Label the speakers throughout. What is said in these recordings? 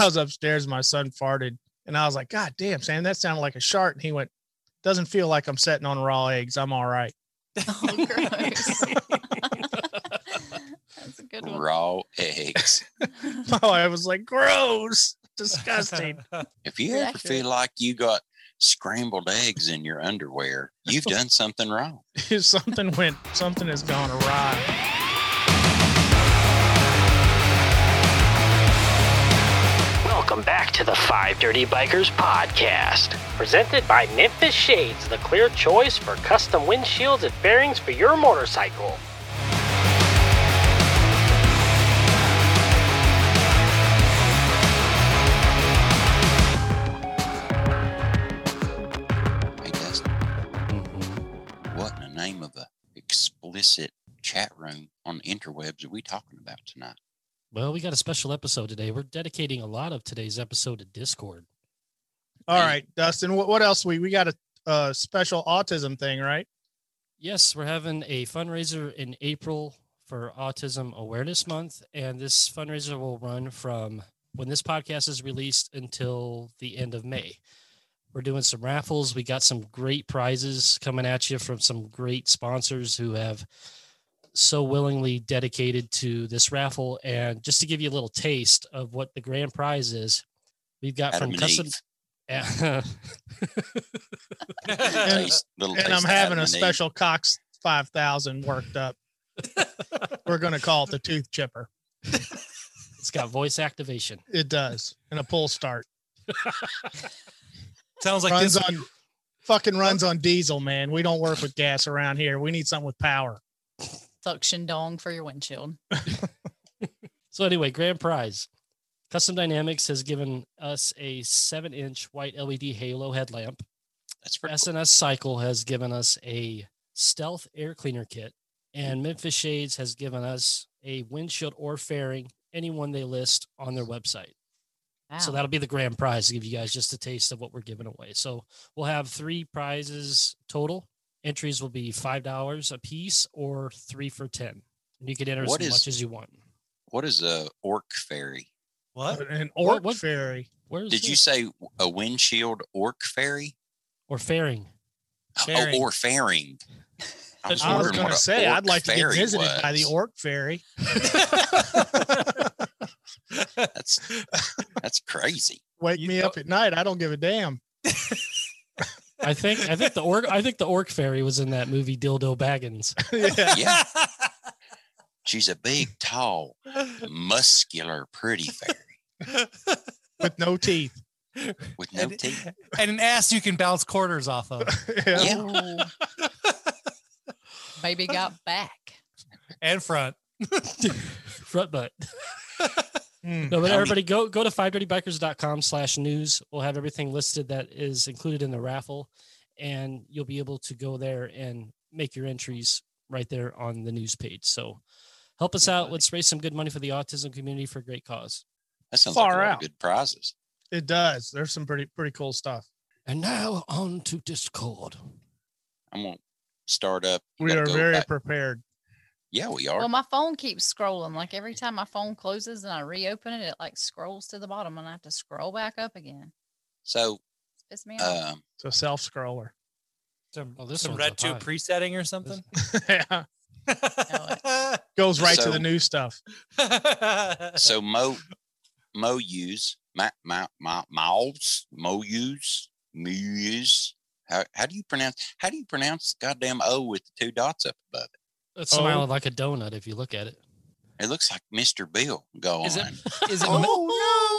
Speaker 1: I was upstairs. My son farted, and I was like, "God damn, Sam, that sounded like a shart." And he went, "Doesn't feel like I'm setting on raw eggs. I'm all right."
Speaker 2: Oh, gross. That's a good one.
Speaker 3: Raw eggs.
Speaker 1: My wife was like, "Gross, disgusting."
Speaker 3: If you
Speaker 2: Good
Speaker 3: ever
Speaker 2: accurate.
Speaker 3: feel like you got scrambled eggs in your underwear, you've done something wrong.
Speaker 1: something went, something has gone awry.
Speaker 4: Welcome back to the Five Dirty Bikers podcast, presented by Memphis Shades, the clear choice for custom windshields and bearings for your motorcycle.
Speaker 3: Hey, Dustin,
Speaker 1: Mm-hmm.
Speaker 3: what in the name of a explicit chat room on the interwebs are we talking about tonight?
Speaker 5: Well, we got a special episode today. We're dedicating a lot of today's episode to Discord.
Speaker 1: All right, Dustin, what, what else? We we got a, a special autism thing, right?
Speaker 5: Yes, we're having a fundraiser in April for Autism Awareness Month, and this fundraiser will run from when this podcast is released until the end of May. We're doing some raffles. We got some great prizes coming at you from some great sponsors who have so willingly dedicated to this raffle. And just to give you a little taste of what the grand prize is, we've got
Speaker 3: Adam
Speaker 5: from
Speaker 3: and
Speaker 5: custom.
Speaker 3: Taste- little
Speaker 1: And
Speaker 3: taste
Speaker 1: I'm
Speaker 3: of
Speaker 1: having
Speaker 3: Adam
Speaker 1: a
Speaker 3: and Eve.
Speaker 1: special Cox 5000 worked up. We're gonna call it the tooth chipper.
Speaker 5: it's got voice activation.
Speaker 1: It does, and a pull start.
Speaker 6: Sounds like
Speaker 1: runs
Speaker 6: this.
Speaker 1: on fucking runs on diesel, man. We don't work with gas around here. We need something with power.
Speaker 2: Suction dong for your windshield.
Speaker 5: So anyway, grand prize. Custom Dynamics has given us a seven-inch white LED halo headlamp.
Speaker 3: That's pretty cool.
Speaker 5: SNS Cycle has given us a stealth air cleaner kit, and Memphis Shades has given us a windshield or fairing. Anyone they list on their website.
Speaker 2: Wow.
Speaker 5: So that'll be the grand prize to give you guys just a taste of what we're giving away. So we'll have three prizes total. Entries will be five dollars a piece or three for ten. And you can enter
Speaker 3: What
Speaker 5: as
Speaker 3: is-
Speaker 5: much as you want.
Speaker 3: What is a orc fairy?
Speaker 6: What?
Speaker 1: An orc
Speaker 5: What- what-
Speaker 1: fairy.
Speaker 5: Where's
Speaker 3: Did you
Speaker 5: this?
Speaker 3: say a windshield orc fairy?
Speaker 5: or fairing?
Speaker 1: Fairing.
Speaker 3: Oh, or fairing. I was,
Speaker 1: I was
Speaker 3: wondering
Speaker 1: gonna
Speaker 3: what a
Speaker 1: say
Speaker 3: orc
Speaker 1: I'd like to get
Speaker 3: fairy
Speaker 1: visited by the
Speaker 3: was.
Speaker 1: orc fairy.
Speaker 3: That's that's crazy.
Speaker 1: Wake
Speaker 6: You
Speaker 1: me
Speaker 6: know-
Speaker 1: up at night. I don't give a damn.
Speaker 5: I think I think the orc I think the orc fairy was in that movie Dildo Baggins.
Speaker 1: yeah.
Speaker 3: Yeah, she's a big, tall, muscular, pretty fairy
Speaker 1: With no teeth.
Speaker 3: with no
Speaker 6: and,
Speaker 3: teeth.
Speaker 6: and an ass you can bounce quarters off of,
Speaker 1: Yeah.
Speaker 3: Yeah.
Speaker 2: Ooh. Baby got back.
Speaker 6: and front.
Speaker 5: Front butt.
Speaker 1: Mm.
Speaker 5: No, but
Speaker 3: How many-
Speaker 5: everybody go go to 530bikers.com slash news. We'll have everything listed that is included in the raffle and you'll be able to go there and make your entries right there on the news page. So help us out. Let's raise some good money for the autism community for a great cause.
Speaker 3: That sounds
Speaker 1: Far
Speaker 3: like a lot
Speaker 1: out.
Speaker 3: of good prizes.
Speaker 1: It does. There's some pretty pretty cool stuff.
Speaker 5: And now on to Discord.
Speaker 3: I'm gonna start up.
Speaker 1: We
Speaker 3: gotta
Speaker 1: are
Speaker 3: go
Speaker 1: very
Speaker 3: back-
Speaker 1: prepared.
Speaker 3: Yeah, we are.
Speaker 2: Well, my phone keeps scrolling. Like every time my phone closes and I reopen it, it like scrolls to the bottom and I have to scroll back up again.
Speaker 3: so,
Speaker 2: It's pissed me off.
Speaker 3: um,
Speaker 1: It's a self scroller.
Speaker 6: Some,
Speaker 5: Oh, this
Speaker 6: some
Speaker 5: one's
Speaker 6: red
Speaker 5: up
Speaker 6: tube
Speaker 5: high.
Speaker 6: presetting or something.
Speaker 1: yeah.
Speaker 2: No,
Speaker 1: Goes right to
Speaker 3: So-
Speaker 1: the new stuff.
Speaker 3: so Mo, Mo use my my my mouths. Mo use muse. How how do you pronounce? How do you pronounce goddamn O with the two dots up above it?
Speaker 5: That's
Speaker 1: Oh.
Speaker 5: smiling like a donut if you look at it.
Speaker 3: It looks like Mr. Bill going.
Speaker 6: Is it- is it mo-
Speaker 5: Oh no.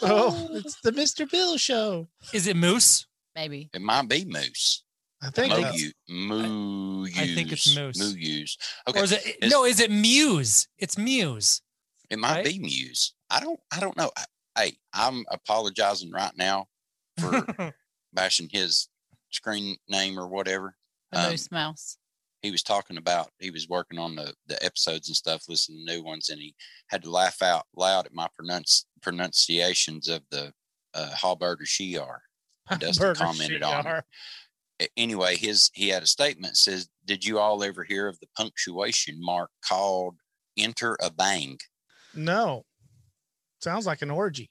Speaker 1: Oh, it's the Mr. Bill show.
Speaker 6: is it moose?
Speaker 2: Maybe.
Speaker 3: It might be moose.
Speaker 1: I think
Speaker 3: Mo
Speaker 1: that's-
Speaker 3: use. Moo use.
Speaker 6: I think it's moose.
Speaker 3: Moo use. Okay.
Speaker 6: Or is it
Speaker 3: Is-
Speaker 6: no? Is it muse? It's muse.
Speaker 3: It might
Speaker 6: right?
Speaker 3: be muse. I don't. I don't know. I, hey, I'm apologizing right now for bashing his screen name or whatever.
Speaker 2: The
Speaker 3: Um,
Speaker 2: moose mouse.
Speaker 3: he was talking about he was working on the, the episodes and stuff, listening to new ones, and he had to laugh out loud at my pronunci- pronunciations of the uh, Halberder Shiar. Dustin
Speaker 1: Burger
Speaker 3: commented on it.
Speaker 1: CR.
Speaker 3: A- Anyway, his he had a statement that says, "Did you all ever hear of the punctuation mark called enter a bang?"
Speaker 1: No. Sounds like an orgy.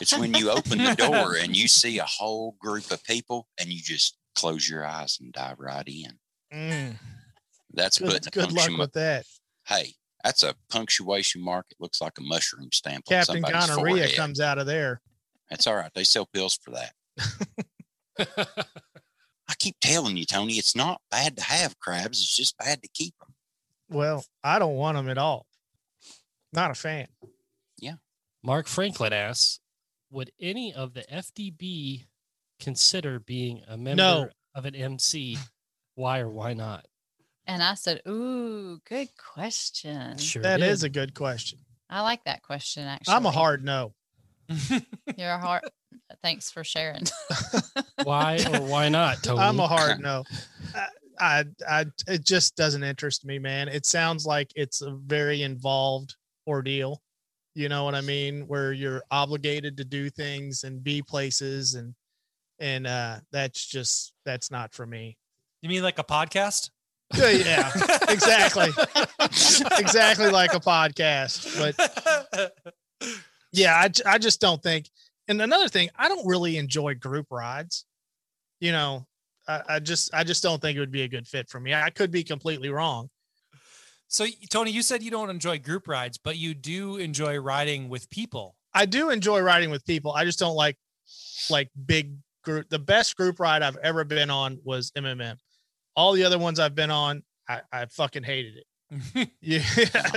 Speaker 3: It's when you open the door and you see a whole group of people and you just close your eyes and dive right in.
Speaker 1: Mm,
Speaker 3: That's
Speaker 1: good,
Speaker 3: putting a
Speaker 1: good luck
Speaker 3: punctu-
Speaker 1: with that.
Speaker 3: Hey, that's a punctuation mark. It looks like a mushroom stamp on
Speaker 1: Captain
Speaker 3: somebody's
Speaker 1: Gonorrhea
Speaker 3: forehead.
Speaker 1: comes out of there.
Speaker 3: That's all right. They sell pills for that. I keep telling you, Tony, it's not bad to have crabs. It's just bad to keep them.
Speaker 1: Well, I don't want them at all. Not a fan.
Speaker 5: Mark Franklin asks, would any of the FDB consider being a member
Speaker 1: No.
Speaker 5: of an MC? Why or why not?
Speaker 2: And I said, Ooh, good question.
Speaker 5: Sure.
Speaker 1: That
Speaker 5: did.
Speaker 1: is a good question.
Speaker 2: I like that question actually.
Speaker 1: I'm a hard no.
Speaker 2: You're a hard thanks for sharing.
Speaker 5: why or why not, Tony?
Speaker 1: I'm a hard no. I, I, I, it just doesn't interest me, man. It sounds like it's a very involved ordeal. You know what I mean? Where you're obligated to do things and be places and, and, uh, that's just, that's not for me.
Speaker 6: You mean like a podcast?
Speaker 1: Yeah, yeah, exactly. exactly like a podcast, but yeah I, j- I just don't think and another thing i don't really enjoy group rides you know I, I just i just don't think it would be a good fit for me i could be completely wrong
Speaker 6: so Tony, you said you don't enjoy group rides, but you do enjoy riding with people.
Speaker 1: i do enjoy riding with people i just don't like like big group the best group ride i've ever been on was mmm all the other ones i've been on i, I fucking hated it yeah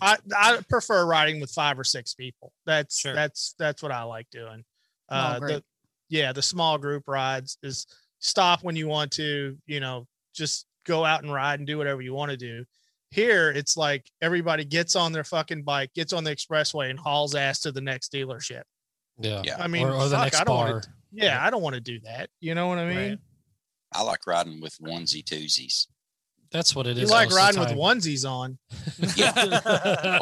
Speaker 1: I, I prefer riding with five or six people that's
Speaker 6: Sure.
Speaker 1: that's that's what i like doing
Speaker 2: Small
Speaker 1: uh the,
Speaker 2: group.
Speaker 1: yeah the small group rides is stop when you want to you know just go out and ride and do whatever you want to do here it's like everybody gets on their fucking bike gets on the expressway and hauls ass to the next dealership
Speaker 5: yeah.
Speaker 3: Yeah.
Speaker 1: i mean
Speaker 5: or, or the
Speaker 1: fuck,
Speaker 5: next
Speaker 1: i don't
Speaker 5: bar.
Speaker 1: want to yeah i don't want to do that you know what i mean
Speaker 6: Right.
Speaker 3: I like riding with onesie twosies
Speaker 5: That's what it
Speaker 1: you
Speaker 5: is.
Speaker 1: like
Speaker 5: most of
Speaker 1: riding
Speaker 5: the
Speaker 1: with onesies on
Speaker 5: time.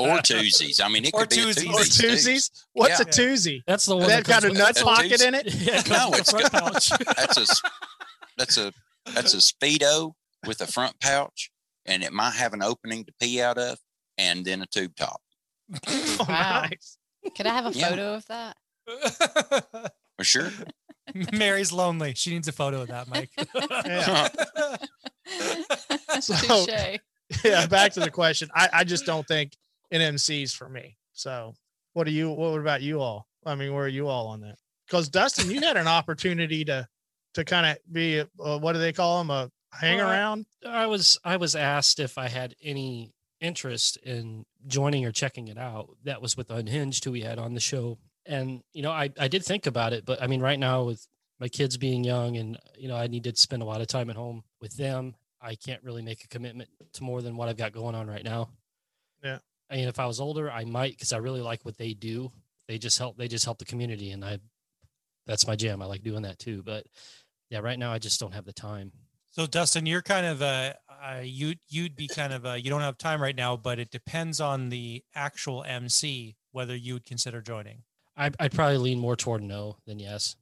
Speaker 3: or twosies. I mean, it
Speaker 6: Or
Speaker 3: could be a
Speaker 6: twosies.
Speaker 3: twosie
Speaker 1: or
Speaker 3: too.
Speaker 1: twosies what's a
Speaker 6: Yeah.
Speaker 1: toosie
Speaker 5: That's the one
Speaker 1: Does that got
Speaker 5: comes
Speaker 1: a
Speaker 5: with-
Speaker 1: nut
Speaker 3: that's a
Speaker 1: pocket
Speaker 3: toosie.
Speaker 1: in it
Speaker 5: Yeah, it comes
Speaker 3: No,
Speaker 5: with a
Speaker 3: it's
Speaker 5: front
Speaker 3: got-
Speaker 5: pouch.
Speaker 3: That's a s- that's a that's a speedo with a front pouch, and it might have an opening to pee out of, and then a tube top.
Speaker 1: Oh,
Speaker 2: Wow.
Speaker 1: nice.
Speaker 2: Could I have a
Speaker 3: Yeah.
Speaker 2: photo of that?
Speaker 3: For sure.
Speaker 6: Mary's lonely. She needs a photo of that, Mike.
Speaker 1: Yeah. So-
Speaker 2: Touche.
Speaker 1: yeah back to the question I, I just don't think nmc's for me so what do you what about you all i mean where are you all on that because dustin you had an opportunity to to kind of be a, uh, what do they call him a hang
Speaker 5: Well, I-
Speaker 1: around
Speaker 5: I was I was asked if I had any interest in joining or checking it out. That was with Unhinged, who we had on the show, and you know I I did think about it, but I mean right now with my kids being young and you know I need to spend a lot of time at home with them. I can't really make a commitment to more than what I've got going on right now.
Speaker 1: Yeah.
Speaker 5: I mean, if I was older, I might because I really like what they do. They just help. They just help the community, and I, that's my jam. I like doing that too. But yeah, right now I just don't have the time.
Speaker 6: So Dustin, you're kind of a uh, you you'd be kind of a you don't have time right now, but it depends on the actual MC whether you would consider joining.
Speaker 5: I, I'd probably lean more toward no than yes,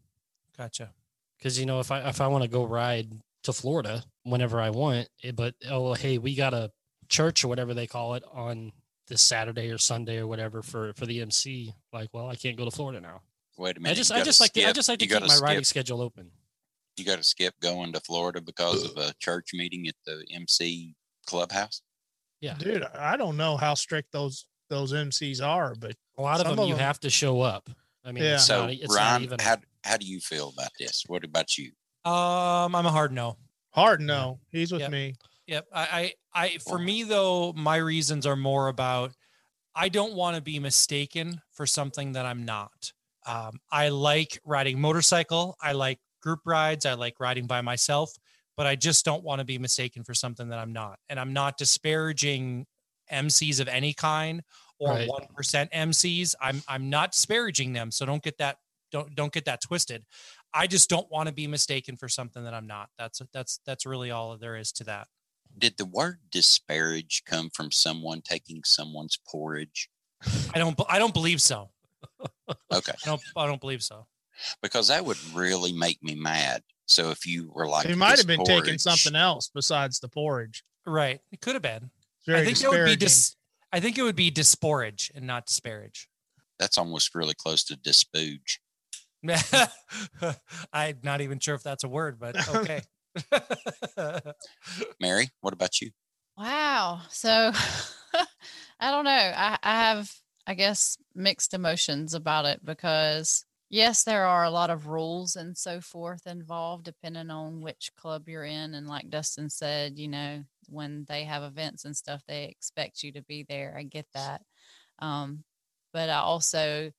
Speaker 6: Gotcha.
Speaker 5: because you know if I if I want to go ride to Florida whenever I want, eh, but oh hey, we got a church or whatever they call it on this Saturday or Sunday or whatever for for the MC. Like, well, I can't go to Florida now.
Speaker 3: Wait a minute.
Speaker 5: I
Speaker 3: you
Speaker 5: just I
Speaker 3: gotta
Speaker 5: just like to, I
Speaker 3: skip-
Speaker 5: just like to
Speaker 3: you
Speaker 5: keep
Speaker 3: gotta
Speaker 5: my riding
Speaker 3: skip-
Speaker 5: schedule open.
Speaker 3: You got to skip going to Florida because of a church meeting at the MC clubhouse.
Speaker 5: Yeah,
Speaker 1: dude i don't know how strict those those mcs are but
Speaker 5: a lot of
Speaker 1: some
Speaker 5: them,
Speaker 1: of
Speaker 5: you
Speaker 1: them-
Speaker 5: have to show up. I mean,
Speaker 1: Yeah.
Speaker 5: it's
Speaker 3: So,
Speaker 5: not, it's not
Speaker 3: Ryan,
Speaker 5: even.
Speaker 3: how how do you feel about this? What about you?
Speaker 6: Um, I'm a hard no.
Speaker 1: hard no he's with
Speaker 6: Yep.
Speaker 1: me
Speaker 6: Yep. I, I, I, for me though, my reasons are more about I don't want to be mistaken for something that I'm not. Um, I like riding motorcycle. I like group rides. I like riding by myself, but I just don't want to be mistaken for something that I'm not. And I'm not disparaging MCs of any kind or
Speaker 5: Right.
Speaker 6: one MCs. I'm I'm not disparaging them. So don't get that don't don't get that twisted. I just don't want to be mistaken for something that I'm not. That's that's that's really all there is to that.
Speaker 3: Did the word disparage come from someone taking someone's porridge?
Speaker 6: I don't. I don't believe so.
Speaker 3: Okay,
Speaker 6: I don't. I don't believe so.
Speaker 3: because that would really make me mad. So if you were like,
Speaker 1: he might
Speaker 3: "This
Speaker 1: have been taking
Speaker 3: porridge,"
Speaker 1: something else besides the porridge
Speaker 6: Right. It could have been.
Speaker 1: It's very
Speaker 6: I think it would be
Speaker 1: disparaging.
Speaker 6: dis. I think it would be disporage and not disparage.
Speaker 3: That's almost really close to dispooge.
Speaker 6: I'm not even sure if that's a word, but okay.
Speaker 3: Mary, what about you?
Speaker 2: Wow. So I don't know. I, I have, I guess, mixed emotions about it because, yes, there are a lot of rules and so forth involved, depending on which club you're in. And like Dustin said, you know, when they have events and stuff, they expect you to be there. I get that. Um, but I also,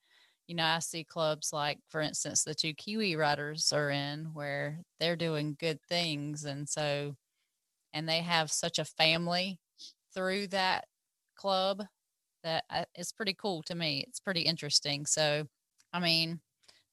Speaker 2: you know, I see clubs like, for instance, the two Kiwi Riders are in where they're doing good things. And so, and they have such a family through that club that I, it's pretty cool to me. It's pretty interesting. So, I mean,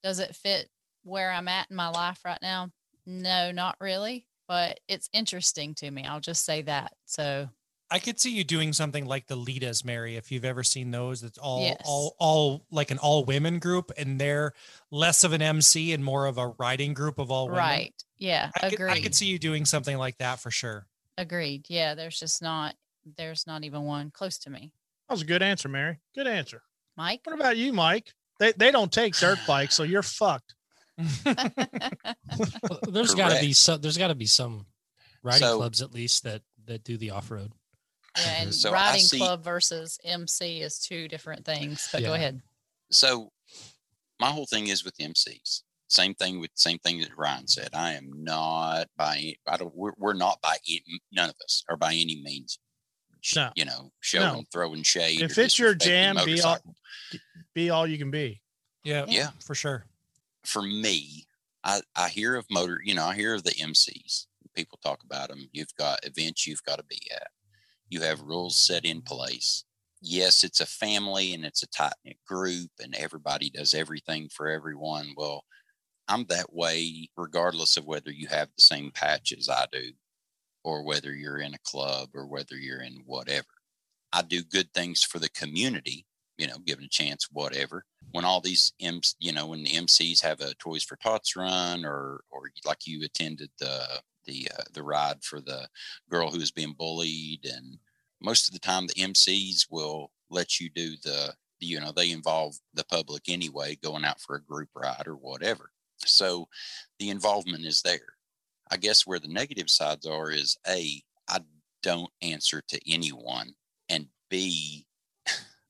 Speaker 2: does it fit where I'm at in my life right now? No, not really, but it's interesting to me. I'll just say that. So,
Speaker 6: I could see you doing something like the Litas, Mary, if you've ever seen those. That's all,
Speaker 2: Yes.
Speaker 6: all, all like an all women group, and they're less of an MC and more of a riding group of all women.
Speaker 2: right. Yeah.
Speaker 6: Oh, I could,
Speaker 2: agreed.
Speaker 6: I could see you doing something like that for sure.
Speaker 2: Agreed. Yeah. There's just not, there's not even one close to me.
Speaker 1: That was a good answer, Mary. Good answer.
Speaker 2: Mike?
Speaker 1: What about you, Mike? They they don't take dirt bikes, so you're fucked.
Speaker 5: Well, there's got to be
Speaker 3: Correct.
Speaker 5: some. There's got to be some riding
Speaker 3: So-
Speaker 5: clubs at least that that do the off road.
Speaker 2: Yeah, and
Speaker 3: So I
Speaker 2: riding
Speaker 3: see-
Speaker 2: club versus MC is two different things. But go
Speaker 5: Yeah.
Speaker 2: ahead.
Speaker 3: So my whole thing is with MCs. Same thing with same thing that Ryan said. I am not by I don't we're, we're not by any, none of us are by any means. sh-
Speaker 1: No.
Speaker 3: You know, showing
Speaker 1: No.
Speaker 3: throwing shade.
Speaker 1: If
Speaker 3: or
Speaker 1: it's your
Speaker 3: disrespecting
Speaker 1: jam, be all- Oh.
Speaker 3: motorcycle.
Speaker 1: Be all you can be.
Speaker 6: Yeah,
Speaker 3: yeah.
Speaker 6: for sure.
Speaker 3: for me, I, I hear of motor, you know, I hear of the MCs. People talk about them. You've got events you've got to be at. You have rules set in place. Yes, it's a family and it's a tight knit group, and everybody does everything for everyone. Well, I'm that way, regardless of whether you have the same patch as I do, or whether you're in a club or whether you're in whatever. I do good things for the community, you know, given a chance, whatever when all these M's, you know, when the MCs have a Toys for Tots run, or or like you attended the the uh, the ride for the girl who was being bullied, and most of the time the MCs will let you do the you know they involve the public anyway, going out for a group ride or whatever. So the involvement is there. I guess where the negative sides are is a I don't answer to anyone, and b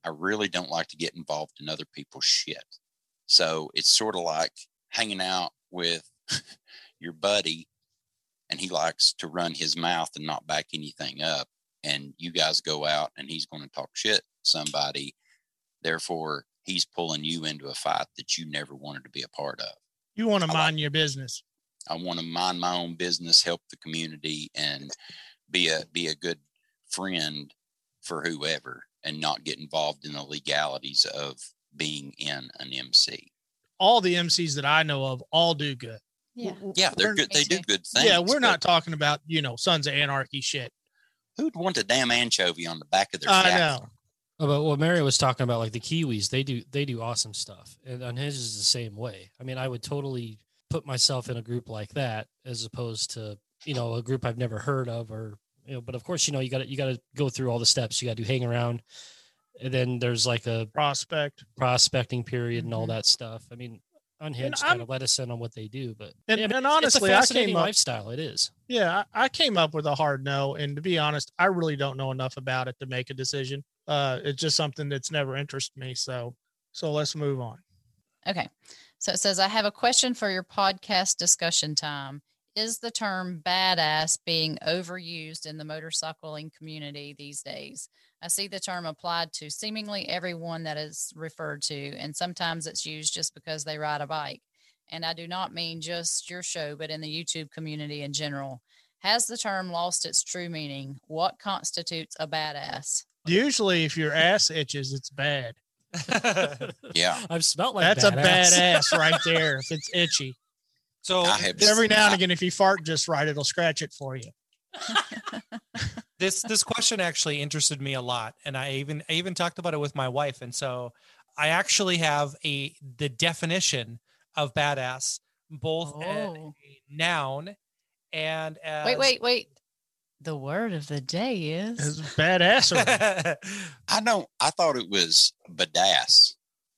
Speaker 3: I really don't like to get involved in other people's shit. So it's sort of like hanging out with your buddy and he likes to run his mouth and not back anything up. And you guys go out and he's going to talk shit to somebody. Therefore, he's pulling you into a fight that you never wanted to be a part of.
Speaker 1: You want to
Speaker 3: like-
Speaker 1: mind your business.
Speaker 3: I want to mind my own business, help the community, and be a be a good friend for whoever, and not get involved in the legalities of being in an MC.
Speaker 1: All the MCs that I know of all do good.
Speaker 2: Yeah.
Speaker 3: Yeah, they're
Speaker 1: We're-
Speaker 3: good. They do
Speaker 2: Me
Speaker 3: good things.
Speaker 1: yeah, we're
Speaker 3: but
Speaker 1: not talking about you know Sons of Anarchy shit.
Speaker 3: Who'd want a damn anchovy on the back of their?
Speaker 1: I
Speaker 3: jacket?
Speaker 1: know.
Speaker 5: Oh, But what Mary was talking about, like the Kiwis, they do they do awesome stuff, and Unhinged is the same way. I mean, I would totally put myself in a group like that as opposed to you know a group I've never heard of, or you know. But of course, you know you got to you got to go through all the steps. You got to hang around, and then there's like a
Speaker 1: Prospect.
Speaker 5: prospecting period and all
Speaker 2: Mhm.
Speaker 5: that stuff. I mean, Unhinged
Speaker 1: Mm-hmm. I'm-
Speaker 5: kind of let us in on what they do, but
Speaker 1: And-
Speaker 5: Yeah, but
Speaker 1: and
Speaker 5: it's-
Speaker 1: honestly, I
Speaker 5: it's a
Speaker 1: came
Speaker 5: fascinating
Speaker 1: up-
Speaker 5: lifestyle. It is.
Speaker 1: Yeah, I, I came up with a hard no, and to be honest, I really don't know enough about it to make a decision. Uh, it's just something that's never interested me. So, so let's move on.
Speaker 2: Okay. So it says, I have a question for your podcast discussion time. Is the term badass being overused in the motorcycling community these days? I see the term applied to seemingly everyone that is referred to, and sometimes it's used just because they ride a bike. And I do not mean just your show, but in the YouTube community in general. Has the term lost its true meaning? What constitutes a badass?
Speaker 1: Usually, if your ass itches, it's bad.
Speaker 3: Yeah.
Speaker 5: I've smelt like
Speaker 1: That's
Speaker 5: badass.
Speaker 1: a badass right there. If it's itchy,
Speaker 6: so
Speaker 3: I have
Speaker 1: every now and again, if you fart just right, it'll scratch it for you.
Speaker 6: this this question actually interested me a lot and i even i even talked about it with my wife and so i actually have a the definition of badass both as
Speaker 2: Oh.
Speaker 6: a noun and eh, as
Speaker 2: Wait, wait, wait. The word of the day is
Speaker 1: It's badass.
Speaker 3: I don't. I thought it was badass.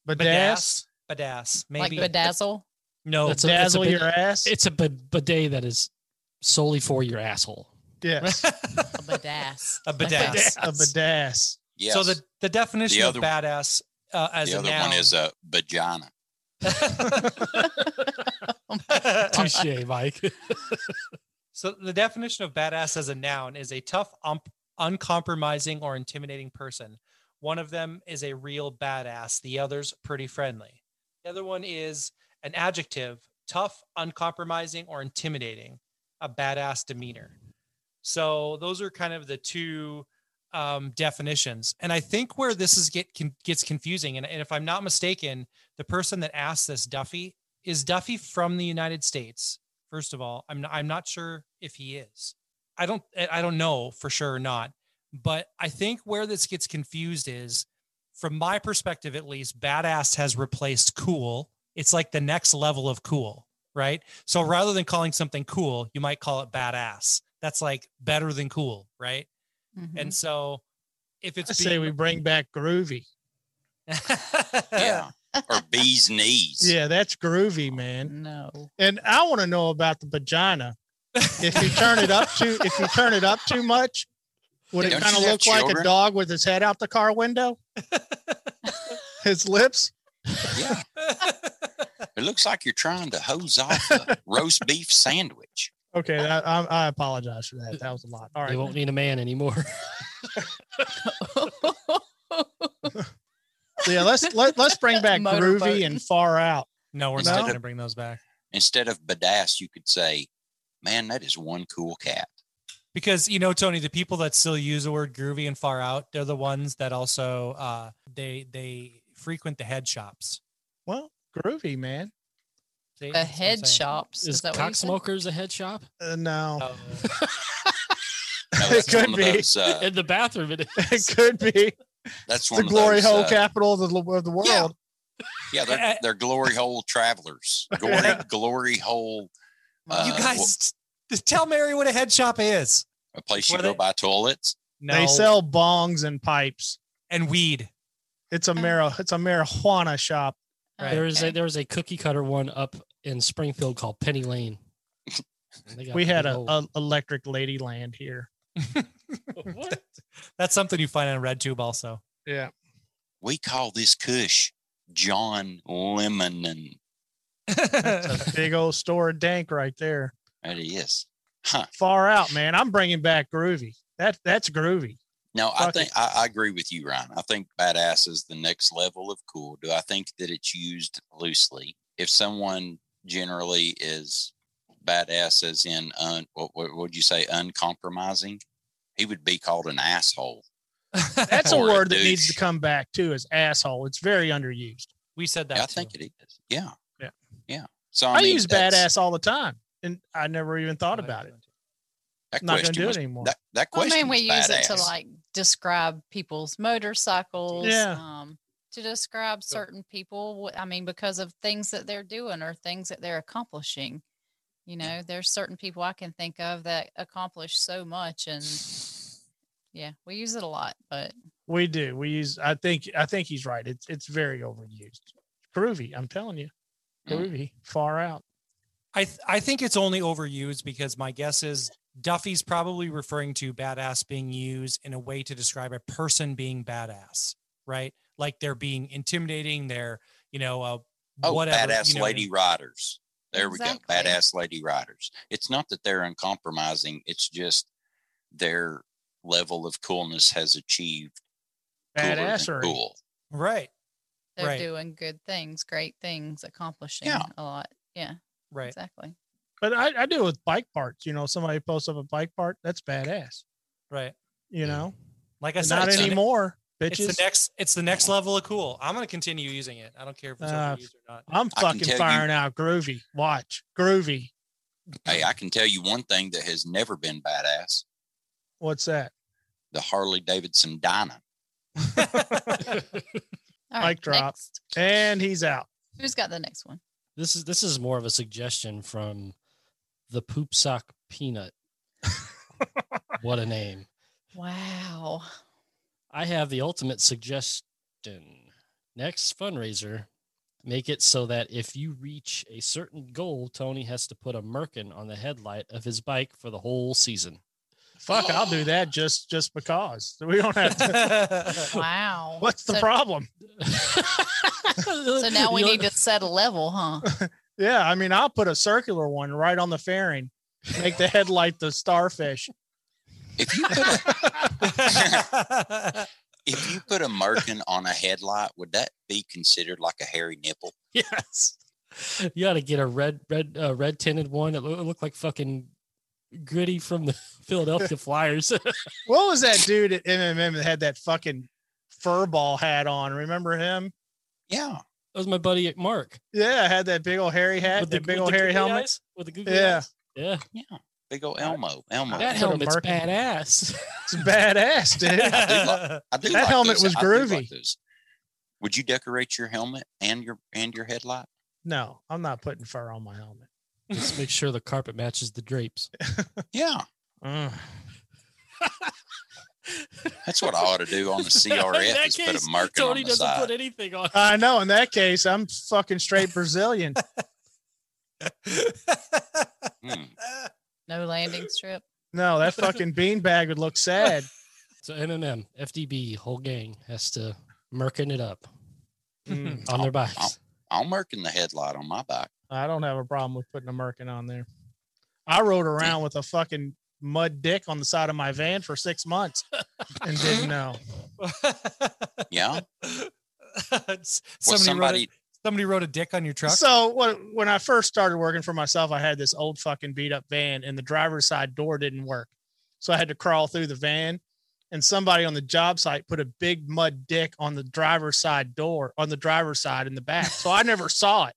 Speaker 1: Badass.
Speaker 6: Badass.
Speaker 2: like
Speaker 6: Maybe.
Speaker 2: bedazzle.
Speaker 6: no.
Speaker 5: That's a-
Speaker 1: Dazzle
Speaker 5: bit-
Speaker 1: your ass.
Speaker 5: It's a bid- bidet that is solely for your asshole.
Speaker 1: yes.
Speaker 2: A badass.
Speaker 6: A
Speaker 2: Like
Speaker 6: bedazzle.
Speaker 2: bedazzle.
Speaker 1: A badass.
Speaker 3: Yes.
Speaker 6: So the, the definition
Speaker 3: The
Speaker 6: of
Speaker 3: other-
Speaker 6: badass uh, as
Speaker 3: the
Speaker 6: a
Speaker 3: other
Speaker 6: noun
Speaker 3: one is a vagina.
Speaker 2: Oh
Speaker 5: Touche, Mike.
Speaker 6: so the definition of badass as a noun is a tough, ump, uncompromising, or intimidating person. One of them is a real badass. The other's pretty friendly. The other one is an adjective: tough, uncompromising, or intimidating. A badass demeanor. So those are kind of the two um, definitions. And I think where this is get con- gets confusing, and, and if I'm not mistaken, the person that asked this, Duffy, is Duffy from the United States? First of all, I'm not, I'm not sure if he is. I don't I I don't know for sure or not. But I think where this gets confused is, from my perspective at least, badass has replaced cool. It's like the next level of cool, right?
Speaker 1: Mm-hmm.
Speaker 6: So rather than calling something cool, you might call it badass. That's like better than cool, right?
Speaker 2: Mhm.
Speaker 6: And so if it's
Speaker 1: Mm-hmm. I say we
Speaker 6: being-
Speaker 1: bring back groovy.
Speaker 3: Yeah. or bee's knees.
Speaker 1: Yeah, that's groovy, man.
Speaker 2: no.
Speaker 1: And I want to know about the vagina. If you turn it up too, if you turn it up too much, would it
Speaker 3: Don't
Speaker 1: kind of
Speaker 3: you have
Speaker 1: look like a
Speaker 3: children?
Speaker 1: dog with his head out the car window? his lips.
Speaker 3: Yeah. It looks like you're trying to hose off a roast beef sandwich.
Speaker 1: Okay, I, I, I apologize for that. That was a lot. All
Speaker 5: They
Speaker 1: right.
Speaker 5: won't need a man anymore.
Speaker 1: Yeah, let's let, let's bring back
Speaker 2: Motorboat.
Speaker 1: groovy and far out.
Speaker 6: no, we're
Speaker 1: No?
Speaker 6: not going to bring those back.
Speaker 3: Instead of badass, you could say, man, that is one cool cat.
Speaker 6: because you know tony the people that still use the word groovy and far out they're the ones that also uh they they frequent the head shops
Speaker 1: Well, groovy, man.
Speaker 6: See?
Speaker 2: A
Speaker 6: That's what I'm
Speaker 2: head
Speaker 6: saying.
Speaker 2: shops. Is,
Speaker 5: Is
Speaker 2: that what you said?
Speaker 5: Cocksmokers a head shop?
Speaker 1: Uh, no,
Speaker 6: Oh.
Speaker 3: No,
Speaker 1: It
Speaker 3: that's
Speaker 1: could
Speaker 3: one
Speaker 1: be.
Speaker 3: Of those, uh,
Speaker 5: In the bathroom, it
Speaker 1: it
Speaker 5: is.
Speaker 1: could be
Speaker 3: that's one
Speaker 1: the
Speaker 3: of
Speaker 1: glory
Speaker 3: those,
Speaker 1: hole
Speaker 3: uh,
Speaker 1: capital of the, of the world.
Speaker 3: Yeah. Yeah, they're,
Speaker 6: I-
Speaker 3: they're glory hole travelers. Glory,
Speaker 1: Yeah.
Speaker 3: glory hole,
Speaker 2: Well,
Speaker 6: you
Speaker 3: Uh,
Speaker 6: guys just tell mary what a head shop is
Speaker 3: a place you
Speaker 6: Were
Speaker 3: go
Speaker 6: they-
Speaker 3: buy toilets.
Speaker 6: no
Speaker 1: They sell bongs and pipes.
Speaker 6: and weed
Speaker 1: It's a mar- It's a marijuana shop.
Speaker 5: There is a
Speaker 2: okay.
Speaker 5: there is a cookie cutter one up in Springfield called Penny Lane. And they got
Speaker 1: We had
Speaker 5: big
Speaker 1: a,
Speaker 5: old-
Speaker 1: a electric ladyland here.
Speaker 6: that's something you find on redtube also
Speaker 1: Yeah.
Speaker 3: We call this Kush John Lemon.
Speaker 1: That's a big old store of dank right there.
Speaker 3: That is.
Speaker 1: Far out, man. I'm bringing back groovy. That that's groovy.
Speaker 3: No, I
Speaker 1: Fuck it.
Speaker 3: think I, I agree with you, Ryan. I think badass is the next level of cool. Do I think that it's used loosely? If someone generally is badass, as in un, what, what would you say, uncompromising, he would be called an asshole.
Speaker 1: That's a
Speaker 3: Or a
Speaker 1: word that needs
Speaker 3: douche.
Speaker 1: to come back too. Is asshole. It's very underused.
Speaker 6: we said that
Speaker 3: Yeah, I
Speaker 6: too.
Speaker 3: think it is. Yeah,
Speaker 1: Yeah.
Speaker 3: yeah. So I,
Speaker 1: I,
Speaker 3: mean,
Speaker 1: use
Speaker 3: that's-
Speaker 1: badass all the time, and I never even thought about it.
Speaker 3: That
Speaker 1: not gonna
Speaker 3: question
Speaker 1: do it
Speaker 3: was-
Speaker 1: anymore.
Speaker 3: That, that
Speaker 2: Well, I
Speaker 3: question
Speaker 2: mean, we
Speaker 3: was
Speaker 2: use it to
Speaker 3: badass.
Speaker 2: like describe people's motorcycles.
Speaker 1: Yeah.
Speaker 2: Um, to describe certain people, wh- I mean, because of things that they're doing or things that they're accomplishing. You know, there's certain people I can think of that accomplish so much, and yeah, we use it a lot. But
Speaker 1: We do. We use. I think. I think he's right. It's it's very overused. Groovy. I'm telling you,
Speaker 6: Hmm.
Speaker 3: Mm.
Speaker 1: groovy. Far out.
Speaker 6: I th- I think it's only overused because my guess is Duffy's probably referring to badass being used in a way to describe a person being badass, right? Like they're being intimidating, they're you know uh,
Speaker 3: Oh,
Speaker 6: whatever.
Speaker 3: badass
Speaker 6: you know what I
Speaker 3: lady
Speaker 6: mean?
Speaker 3: riders. There we go.
Speaker 2: Exactly.
Speaker 3: Badass lady riders. It's not that they're uncompromising. It's just their level of coolness has achieved cooler than
Speaker 1: Badassery.
Speaker 3: cool.
Speaker 6: Right,
Speaker 2: they're
Speaker 6: Right.
Speaker 2: doing good things, great things, accomplishing a lot. Yeah,
Speaker 6: right.
Speaker 2: exactly.
Speaker 1: But I, I do it with bike parts. You know, somebody posts up a bike part. That's badass.
Speaker 6: Right.
Speaker 1: You know,
Speaker 6: Like I
Speaker 1: But
Speaker 6: said,
Speaker 1: not
Speaker 6: it's the-
Speaker 1: anymore,
Speaker 6: It's
Speaker 1: bitches.
Speaker 6: the next. It's the next level of cool. I'm gonna continue using it. I don't care if it's
Speaker 1: Uh,
Speaker 6: overused or not.
Speaker 1: I'm
Speaker 3: I can
Speaker 1: fucking
Speaker 3: tell
Speaker 1: firing out groovy. Watch groovy.
Speaker 3: Hey, I can tell you one thing that has never been badass:
Speaker 1: What's that?
Speaker 3: the Harley Davidson Dyna.
Speaker 2: All
Speaker 1: Mic drop.
Speaker 2: next.
Speaker 1: And he's out.
Speaker 2: Who's got the next one?
Speaker 5: this is this is more of a suggestion from the poop sock peanut. what a name!
Speaker 2: Wow.
Speaker 5: I have the ultimate suggestion. Next fundraiser, make it so that if you reach a certain goal, Tony has to put a merkin on the headlight of his bike for the whole season.
Speaker 1: Fuck, I'll do that just just because we don't have. To,
Speaker 2: Wow.
Speaker 1: what's the
Speaker 2: So-
Speaker 1: problem?
Speaker 2: So
Speaker 5: so
Speaker 2: now we need to set a level, huh?
Speaker 1: Yeah, I mean, I'll put a circular one right on the fairing, make the headlight the starfish.
Speaker 3: If you put a, if you put a merkin on a headlight, would that be considered like a hairy nipple?
Speaker 5: Yes. You got to get a red, red, uh, red tinted one that lo- looked like fucking gritty from the Philadelphia Flyers.
Speaker 1: What was that dude at MMM that had that fucking furball hat on? Remember him?
Speaker 3: Yeah.
Speaker 5: That was my buddy Mark
Speaker 1: Yeah, had that big old hairy hat, that big old hairy
Speaker 5: googly
Speaker 1: helmet.
Speaker 5: eyes, with the googly
Speaker 1: Yeah.
Speaker 5: eyes. Yeah,
Speaker 3: Big old Elmo. Elmo.
Speaker 5: that
Speaker 1: put a
Speaker 5: helmet's
Speaker 1: mark in-
Speaker 5: badass.
Speaker 1: It's badass, dude.
Speaker 3: I do
Speaker 1: That
Speaker 3: like
Speaker 1: helmet
Speaker 3: those.
Speaker 1: was
Speaker 3: I do like
Speaker 1: groovy.
Speaker 3: those. Would you decorate your helmet and your and your headlight?
Speaker 1: no, I'm not putting fur on my helmet.
Speaker 5: Just make sure the carpet matches the drapes.
Speaker 3: Yeah,
Speaker 1: Ugh.
Speaker 3: that's what I ought to do on the
Speaker 5: In
Speaker 3: CRF
Speaker 5: that
Speaker 3: is put
Speaker 5: case,
Speaker 3: a marking
Speaker 5: Tony
Speaker 3: on the
Speaker 5: doesn't
Speaker 3: side.
Speaker 5: put anything on.
Speaker 1: I know. In that case, I'm fucking straight Brazilian.
Speaker 3: Hmm.
Speaker 2: No landing strip.
Speaker 1: No, that fucking beanbag would look sad.
Speaker 5: So MMM, FDB, whole gang has to merkin it up
Speaker 1: Mm,
Speaker 5: on their bikes.
Speaker 3: I'll mark in the headlight on my bike.
Speaker 1: I don't have a problem with putting a merkin on there. I rode around with a fucking mud dick on the side of my van for six months and didn't know.
Speaker 3: Yeah. Well,
Speaker 6: somebody, wrote a,
Speaker 3: somebody
Speaker 6: somebody wrote a dick on your truck.
Speaker 1: So what, when I first started working for myself, I had this old fucking beat up van, and the driver's side door didn't work, so I had to crawl through the van. And somebody on the job site put a big mud dick on the driver's side door on the driver's side in the back, so I never saw it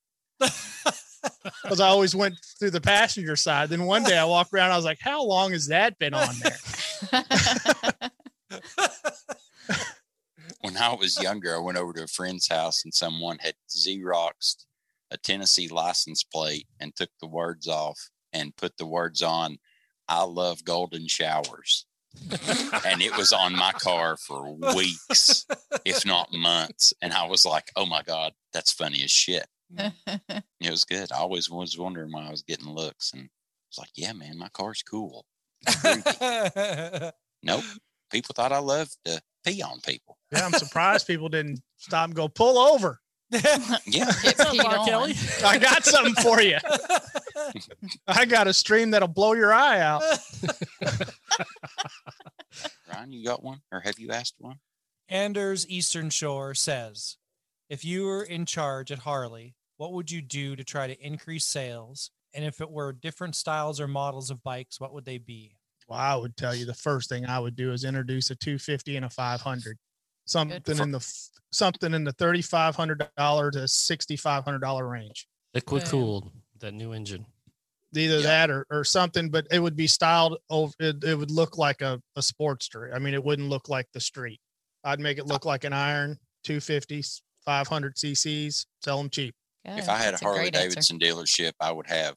Speaker 1: because I always went through the passenger side. Then one day I walked around, I was like, "How long has that been on there?"
Speaker 3: when I was younger, I went over to a friend's house and someone had Xeroxed a Tennessee license plate and took the words off and put the words on, I love golden showers. and it was on my car for weeks, if not months. And I was like, oh my God, that's funny as shit. It was good. I always was wondering why I was getting looks. And it's like, yeah, man, my car's cool. Nope. People thought I loved to pee on people.
Speaker 1: Yeah, I'm surprised people didn't stop and go pull over.
Speaker 3: Yeah.
Speaker 2: Get
Speaker 5: What's up,
Speaker 2: peed
Speaker 5: R.
Speaker 2: on.
Speaker 5: Kelly?
Speaker 1: I got something for you. I got a stream that'll blow your eye out.
Speaker 3: Ryan, you got one or have you asked one?
Speaker 6: Anders Eastern Shore says, if you were in charge at Harley, what would you do to try to increase sales? And if it were different styles or models of bikes, what would they be?
Speaker 1: Well, I would tell you the first thing I would do is introduce a 250 and a 500, something in the f- something in the $3,500 to $6,500 range.
Speaker 5: Liquid
Speaker 2: Yeah.
Speaker 5: cooled, that new engine.
Speaker 1: Either
Speaker 3: Yeah.
Speaker 1: that or, or something, but it would be styled over. It, it would look like a, a sportster. I mean, it wouldn't look like the street. I'd make it look like an iron 250, 500 cc's, sell them cheap.
Speaker 2: Good,
Speaker 3: if I had a
Speaker 2: that's
Speaker 3: Harley
Speaker 2: great answer.
Speaker 3: Davidson dealership, I would have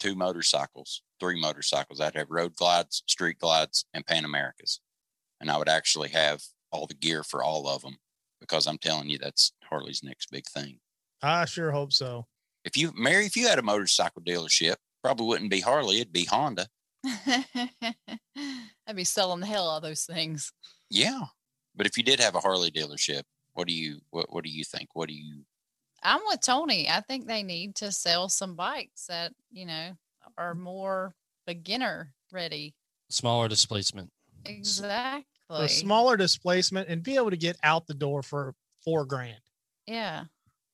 Speaker 3: two motorcycles, three motorcycles. I'd have road glides, street glides, and Pan Americas. And I would actually have all the gear for all of them because I'm telling you, that's Harley's next big thing.
Speaker 1: I sure hope so.
Speaker 3: If you, Mary, if you had a motorcycle dealership, probably wouldn't be Harley, it'd be Honda.
Speaker 2: I'd be selling the hell out of those things.
Speaker 3: Yeah. But if you did have a Harley dealership, what do you, what, what do you think? What do you,
Speaker 2: I'm with Tony. I think they need to sell some bikes that, you know, are more beginner ready.
Speaker 5: Smaller displacement.
Speaker 2: Exactly.
Speaker 1: A smaller displacement and be able to get out the door for four grand
Speaker 2: yeah.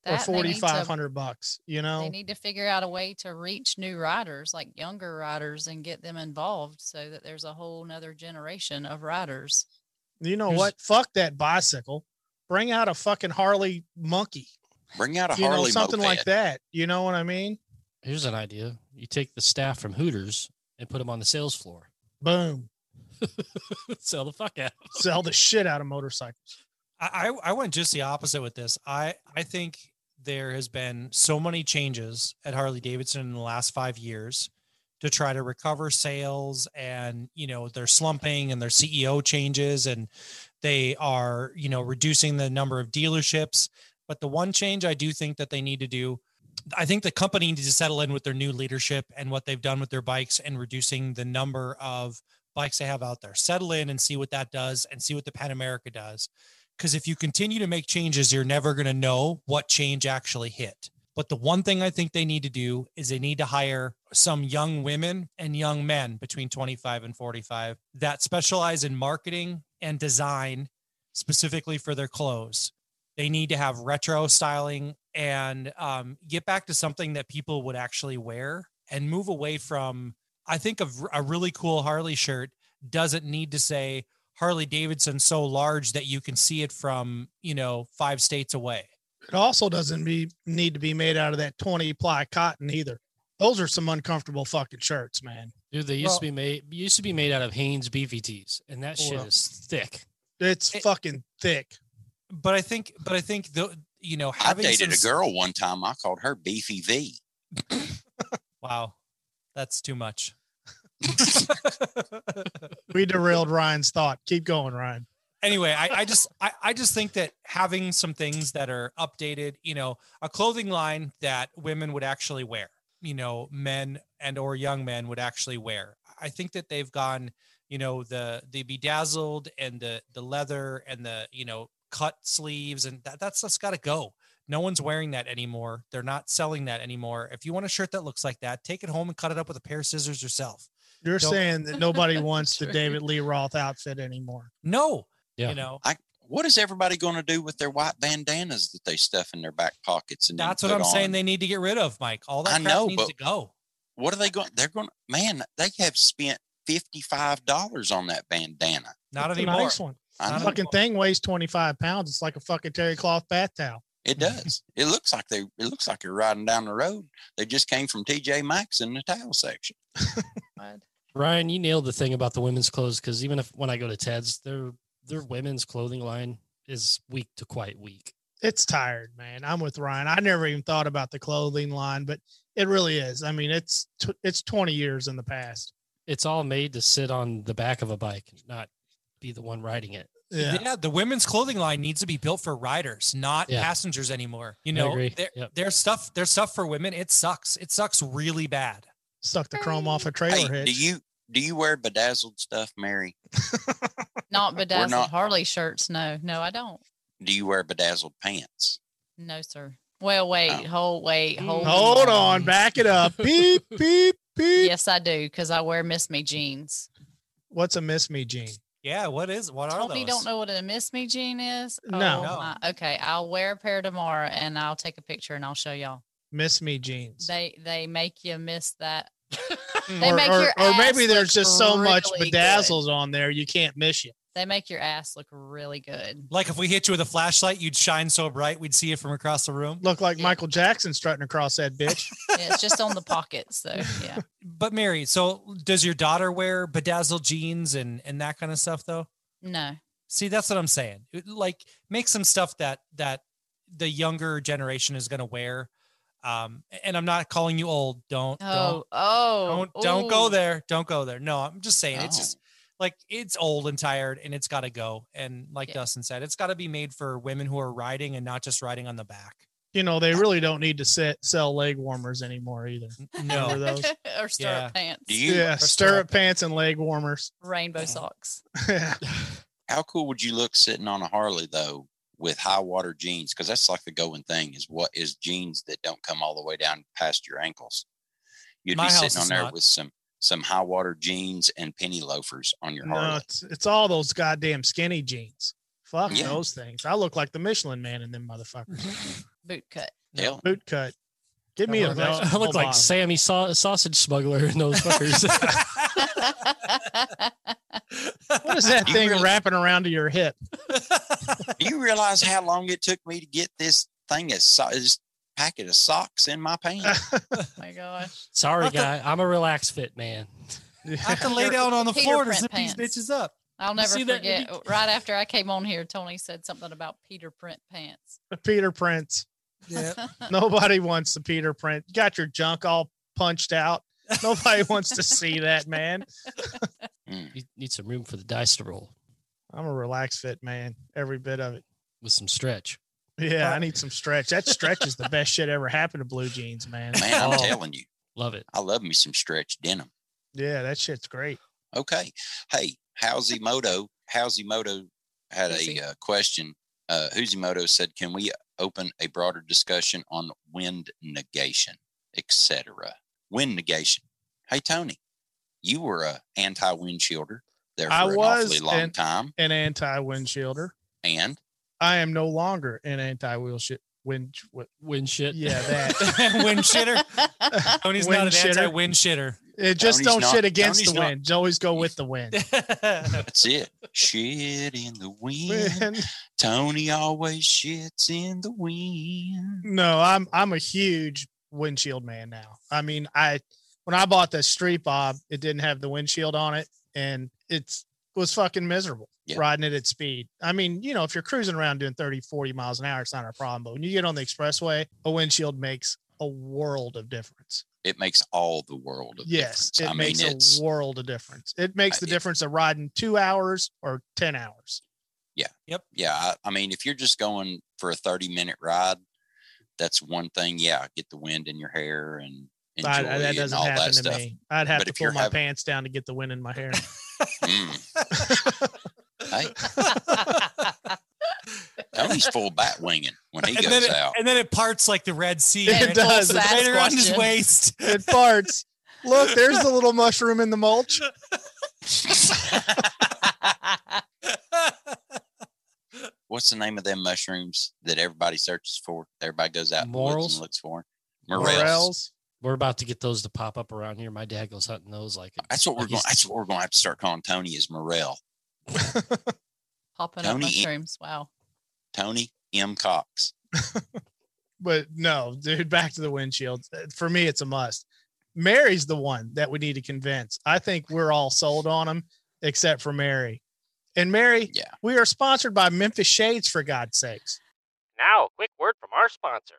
Speaker 1: or
Speaker 2: they need to-
Speaker 1: 4,500 bucks, you know?
Speaker 2: They need to figure out a way to reach new riders, like younger riders, and get them involved so that there's a whole nother generation of riders.
Speaker 1: You know
Speaker 5: Here's-
Speaker 1: what? Fuck that bicycle. Bring out a fucking Harley monkey.
Speaker 3: bring out a
Speaker 1: You know,
Speaker 3: Harley
Speaker 1: something
Speaker 3: moped.
Speaker 1: like that. You know what I mean?
Speaker 5: Here's an idea: you take the staff from Hooters and put them on the sales floor.
Speaker 1: Boom.
Speaker 5: Sell the fuck out.
Speaker 1: Sell the shit out of motorcycles.
Speaker 6: I, I, I went just the opposite with this. I, I think there has been so many changes at Harley Davidson in the last five years to try to recover sales and you know they're slumping and their E CEO changes and they are you know reducing the number of dealerships But the one change I do think that they need to do, I think the company needs to settle in with their new leadership and what they've done with their bikes and reducing the number of bikes they have out there. Settle in and see what that does and see what the Pan America does. Because if you continue to make changes, you're never going to know what change actually hit. But the one thing I think they need to do is they need to hire some young women and young men between 25 and 45 that specialize in marketing and design specifically for their clothes. They need to have retro styling and um, get back to something that people would actually wear and move away from. I think of a really cool Harley shirt doesn't need to say Harley Davidson so large that you can see it from, you know, five states away.
Speaker 1: It also doesn't be, need to be made out of that 20 ply cotton either. Those are some uncomfortable fucking shirts, man.
Speaker 5: Dude, they used to be made used to be made out of Hanes BVTs, and that shit
Speaker 1: Well.
Speaker 5: is thick.
Speaker 1: It's
Speaker 6: It-
Speaker 1: fucking thick.
Speaker 6: But I think, but I think the, you know,
Speaker 3: I
Speaker 6: having
Speaker 3: dated a
Speaker 6: some-
Speaker 3: girl one time. I called her Beefy V.
Speaker 6: Wow. That's too much.
Speaker 1: We derailed Ryan's thought. Keep going, Ryan.
Speaker 6: anyway, I, I just I, I just think that having some things that are updated, you know, a clothing line that women would actually wear, you know, men and or young men would actually wear. I think that they've gone, you know, the the bedazzled and the the leather and the you know cut sleeves and that that stuff's got to go. No one's wearing that anymore. They're not selling that anymore. If you want a shirt that looks like that, take it home and cut it up with a pair of scissors yourself.
Speaker 1: You're
Speaker 6: Don't-
Speaker 1: saying that nobody wants the
Speaker 2: True.
Speaker 1: David Lee Roth outfit anymore.
Speaker 6: No,
Speaker 5: Yeah.
Speaker 6: you know,
Speaker 3: What is everybody going to do with their white bandanas that they stuff in their back pockets? And then
Speaker 6: that's what
Speaker 3: put
Speaker 6: I'm saying.
Speaker 3: on?
Speaker 6: They need to get rid of Mike. All that
Speaker 3: I
Speaker 6: crap
Speaker 3: know,
Speaker 6: needs
Speaker 3: but-
Speaker 6: to go.
Speaker 3: what are they going? They're going. Man, they have spent fifty five dollars on that bandana.
Speaker 6: Not
Speaker 1: It's a
Speaker 6: anymore.
Speaker 1: nice one.
Speaker 3: I
Speaker 6: Not
Speaker 3: know.
Speaker 1: Fucking thing weighs 25 pounds. It's like a fucking terry cloth bath towel.
Speaker 3: It does. it looks like they. It looks like you're riding down the road. They just came from TJ Maxx in the towel section.
Speaker 2: God.
Speaker 5: Ryan, you nailed the thing about the women's clothes because even if when I go to Ted's, their their women's clothing line is weak to quite weak.
Speaker 1: It's tired, man. I'm with Ryan. I never even thought about the clothing line, but it really is. I mean, it's tw- it's 20 years in the past.
Speaker 5: It's all made to sit on the back of a bike, not be the one riding it.
Speaker 1: Yeah.
Speaker 6: Yeah. the women's clothing line needs to be built for riders, not
Speaker 5: Yeah.
Speaker 6: passengers anymore. You
Speaker 5: I
Speaker 6: know,
Speaker 5: agree.
Speaker 6: their
Speaker 5: Yep.
Speaker 6: their stuff, their stuff for women, it sucks. It sucks really bad.
Speaker 1: Suck the chrome off a trailer
Speaker 3: Hey,
Speaker 1: hitch.
Speaker 3: do you do you wear bedazzled stuff, Mary?
Speaker 2: Not bedazzled
Speaker 3: not-
Speaker 2: Harley shirts. No, no, I don't.
Speaker 3: Do you wear bedazzled pants?
Speaker 2: No, sir. Well, wait,
Speaker 3: Oh.
Speaker 2: hold, wait, hold.
Speaker 1: Mm. Hold on, back it up. Beep, beep, beep.
Speaker 2: Yes, I do, because I wear Miss Me jeans.
Speaker 1: What's a miss me jean?
Speaker 6: Yeah, what is what are
Speaker 2: Tony
Speaker 6: those?
Speaker 2: don't know what a Miss Me jean is.
Speaker 1: No.
Speaker 2: Oh,
Speaker 6: No.
Speaker 2: my- Okay, I'll wear a pair tomorrow, and I'll take a picture and I'll show y'all.
Speaker 1: Miss me jeans.
Speaker 2: They they make you miss that. they
Speaker 1: Or,
Speaker 2: make
Speaker 1: or,
Speaker 2: your
Speaker 1: or
Speaker 2: ass
Speaker 1: maybe there's
Speaker 2: look
Speaker 1: just so much
Speaker 2: really good.
Speaker 1: bedazzles on there you can't miss you.
Speaker 2: They make your ass look really good.
Speaker 6: Like if we hit you with a flashlight, you'd shine so bright we'd see it from across the room.
Speaker 1: Look like
Speaker 2: Yeah.
Speaker 1: Michael Jackson strutting across that bitch.
Speaker 2: Yeah, it's just on the pockets, so yeah.
Speaker 6: But Mary, so does your daughter wear bedazzled jeans and and that kind of stuff though?
Speaker 2: No,
Speaker 6: See, that's what I'm saying. It- Like, make some stuff that that the younger generation is going to wear. Um, and I'm not calling you old. Don't don't
Speaker 2: Oh, oh,
Speaker 6: don't don't go
Speaker 2: ooh.
Speaker 6: there. Don't go there. No, I'm just saying it's
Speaker 3: Oh.
Speaker 6: just like it's old and tired and it's got to go. And like
Speaker 2: Yeah.
Speaker 6: Dustin said, it's got to be made for women who are riding and not just riding on the back.
Speaker 1: you know, they really don't need to set, sell leg warmers anymore either.
Speaker 6: N-
Speaker 1: Remember
Speaker 6: No.
Speaker 1: those?
Speaker 2: or stirrup
Speaker 6: Yeah.
Speaker 2: pants,
Speaker 3: Do you?
Speaker 1: Yeah,
Speaker 6: stirrup
Speaker 1: stirrup
Speaker 6: pants.
Speaker 1: pants and leg warmers.
Speaker 2: rainbow socks.
Speaker 3: How cool would you look sitting on a Harley though with high water jeans? Because that's like the going thing is what is jeans that don't come all the way down past your ankles. You'd
Speaker 6: My
Speaker 3: be
Speaker 6: house
Speaker 3: sitting on
Speaker 6: is
Speaker 3: there
Speaker 6: not.
Speaker 3: with some some high water jeans and penny loafers on your
Speaker 1: no,
Speaker 3: Harley.
Speaker 1: it's, it's all those goddamn skinny jeans. Fuck
Speaker 3: Yeah.
Speaker 1: those things. I look like the Michelin man in them motherfuckers.
Speaker 2: boot cut.
Speaker 3: Hell,
Speaker 1: Boot cut. Give
Speaker 5: Mm-hmm. I
Speaker 1: me a
Speaker 5: look like, I
Speaker 1: bell-
Speaker 5: look like
Speaker 1: bottom.
Speaker 5: Sammy Sau- sausage smuggler in those fuckers.
Speaker 2: Oh
Speaker 1: What is that
Speaker 3: You
Speaker 1: thing
Speaker 3: really-
Speaker 1: wrapping around to your hip?
Speaker 3: Do you realize how long it took me to get this thing as so- this packet of socks in my pants?
Speaker 2: my gosh,
Speaker 5: Sorry,
Speaker 6: Not the-
Speaker 5: guy, I'm a relaxed fit man.
Speaker 6: I have to lay down on the
Speaker 2: Peter
Speaker 6: floor to
Speaker 2: print
Speaker 6: zip
Speaker 2: pants.
Speaker 6: these bitches up.
Speaker 2: I'll never
Speaker 5: see that-
Speaker 2: forget. Right after I came on here, Tony said something about Peter print pants.
Speaker 1: Peter Prince.
Speaker 6: Yeah.
Speaker 1: Nobody wants the Peter Print. You got your junk all punched out. Nobody wants to see that, man.
Speaker 5: You need some room for the dice to roll
Speaker 1: I'm a relaxed fit man, every bit of it.
Speaker 5: with some stretch.
Speaker 1: Yeah, I need some stretch. That stretch is the best shit ever happened to blue jeans, man.
Speaker 3: Man, I'm
Speaker 7: Oh.
Speaker 3: telling you,
Speaker 7: Love it.
Speaker 3: I love me some stretch denim.
Speaker 1: Yeah, that shit's great.
Speaker 3: Okay. Hey, Howzy Moto, Howzy Moto had
Speaker 2: Howzy.
Speaker 3: a uh, question. Uh, Hoozy Moto said, "Can we open a broader discussion on wind negation, etc.?" Wind negation. Hey, Tony, you were a anti-windshilder there for
Speaker 1: I
Speaker 3: an
Speaker 1: was,
Speaker 3: awfully long
Speaker 1: and-
Speaker 3: time,
Speaker 1: An anti windshielder.
Speaker 3: and
Speaker 1: I am no longer an anti wheel shit wind. wi-
Speaker 7: Win shit.
Speaker 1: Yeah, that.
Speaker 6: wind shitter. Tony's
Speaker 1: Wind
Speaker 6: not an
Speaker 1: shitter.
Speaker 6: anti-wind shitter.
Speaker 1: It just
Speaker 3: Tony's
Speaker 1: don't
Speaker 3: not-
Speaker 1: shit against
Speaker 3: Tony's
Speaker 1: the
Speaker 3: not-
Speaker 1: wind. Just Always go with the wind.
Speaker 3: that's it. Shit in the wind.
Speaker 1: Man,
Speaker 3: Tony always shits in the wind.
Speaker 1: no, I'm I'm a huge windshield man now. I mean, I when I bought the street bob, it didn't have the windshield on it, and it's was fucking miserable
Speaker 3: Yeah.
Speaker 1: riding it at speed. I mean, you know, if you're cruising around doing 30, 40 miles an hour, it's not a problem. But when you get on the expressway, a windshield makes a world of difference.
Speaker 3: It makes all the world of
Speaker 1: Yes,
Speaker 3: difference.
Speaker 1: it
Speaker 3: I mean,
Speaker 1: makes
Speaker 3: it's
Speaker 1: a world of difference. It makes the
Speaker 3: I- e
Speaker 1: difference of riding two hours or ten hours.
Speaker 3: yeah I, I mean if you're just going for a 30 minute ride that's one thing yeah get the wind in your hair and enjoy
Speaker 1: I- I- that
Speaker 3: it and
Speaker 1: doesn't
Speaker 3: all
Speaker 1: happen
Speaker 3: that
Speaker 1: to
Speaker 3: stuff
Speaker 1: me. I'd have
Speaker 3: But
Speaker 1: to
Speaker 3: if
Speaker 1: pull
Speaker 3: you're
Speaker 1: my
Speaker 3: having-
Speaker 1: pants down to get the wind in my hair.
Speaker 3: Mm. hey tony's full bat winging when he
Speaker 6: and, then
Speaker 3: goes
Speaker 6: it,
Speaker 3: out
Speaker 6: and then it parts like the Red Sea.
Speaker 1: It
Speaker 6: and it's
Speaker 1: does.
Speaker 6: all Right around his
Speaker 2: Sasquatch.
Speaker 6: waist.
Speaker 1: it farts. Look, there's the little mushroom in the mulch.
Speaker 3: what's the name of them mushrooms that everybody searches for everybody goes out in the woods
Speaker 7: Morels?
Speaker 3: and looks for morels,
Speaker 1: Morels.
Speaker 7: We're about to get those to pop up around here. My dad goes hunting those like
Speaker 3: That's what we're
Speaker 7: like
Speaker 3: going.
Speaker 7: he's-
Speaker 3: That's what we're going to have to start calling Tony is Morel.
Speaker 2: Popping up
Speaker 3: Tony-
Speaker 2: mushrooms. Wow.
Speaker 3: Tony M. Cox.
Speaker 1: But no, dude, back to the windshield. Uh, For me, it's a must. Mary's the one that we need to convince. I think we're all sold on him, except for Mary. And Mary,
Speaker 3: Yeah.
Speaker 1: we are sponsored by Memphis Shades, for God's sakes.
Speaker 4: Now, a quick word from our sponsor.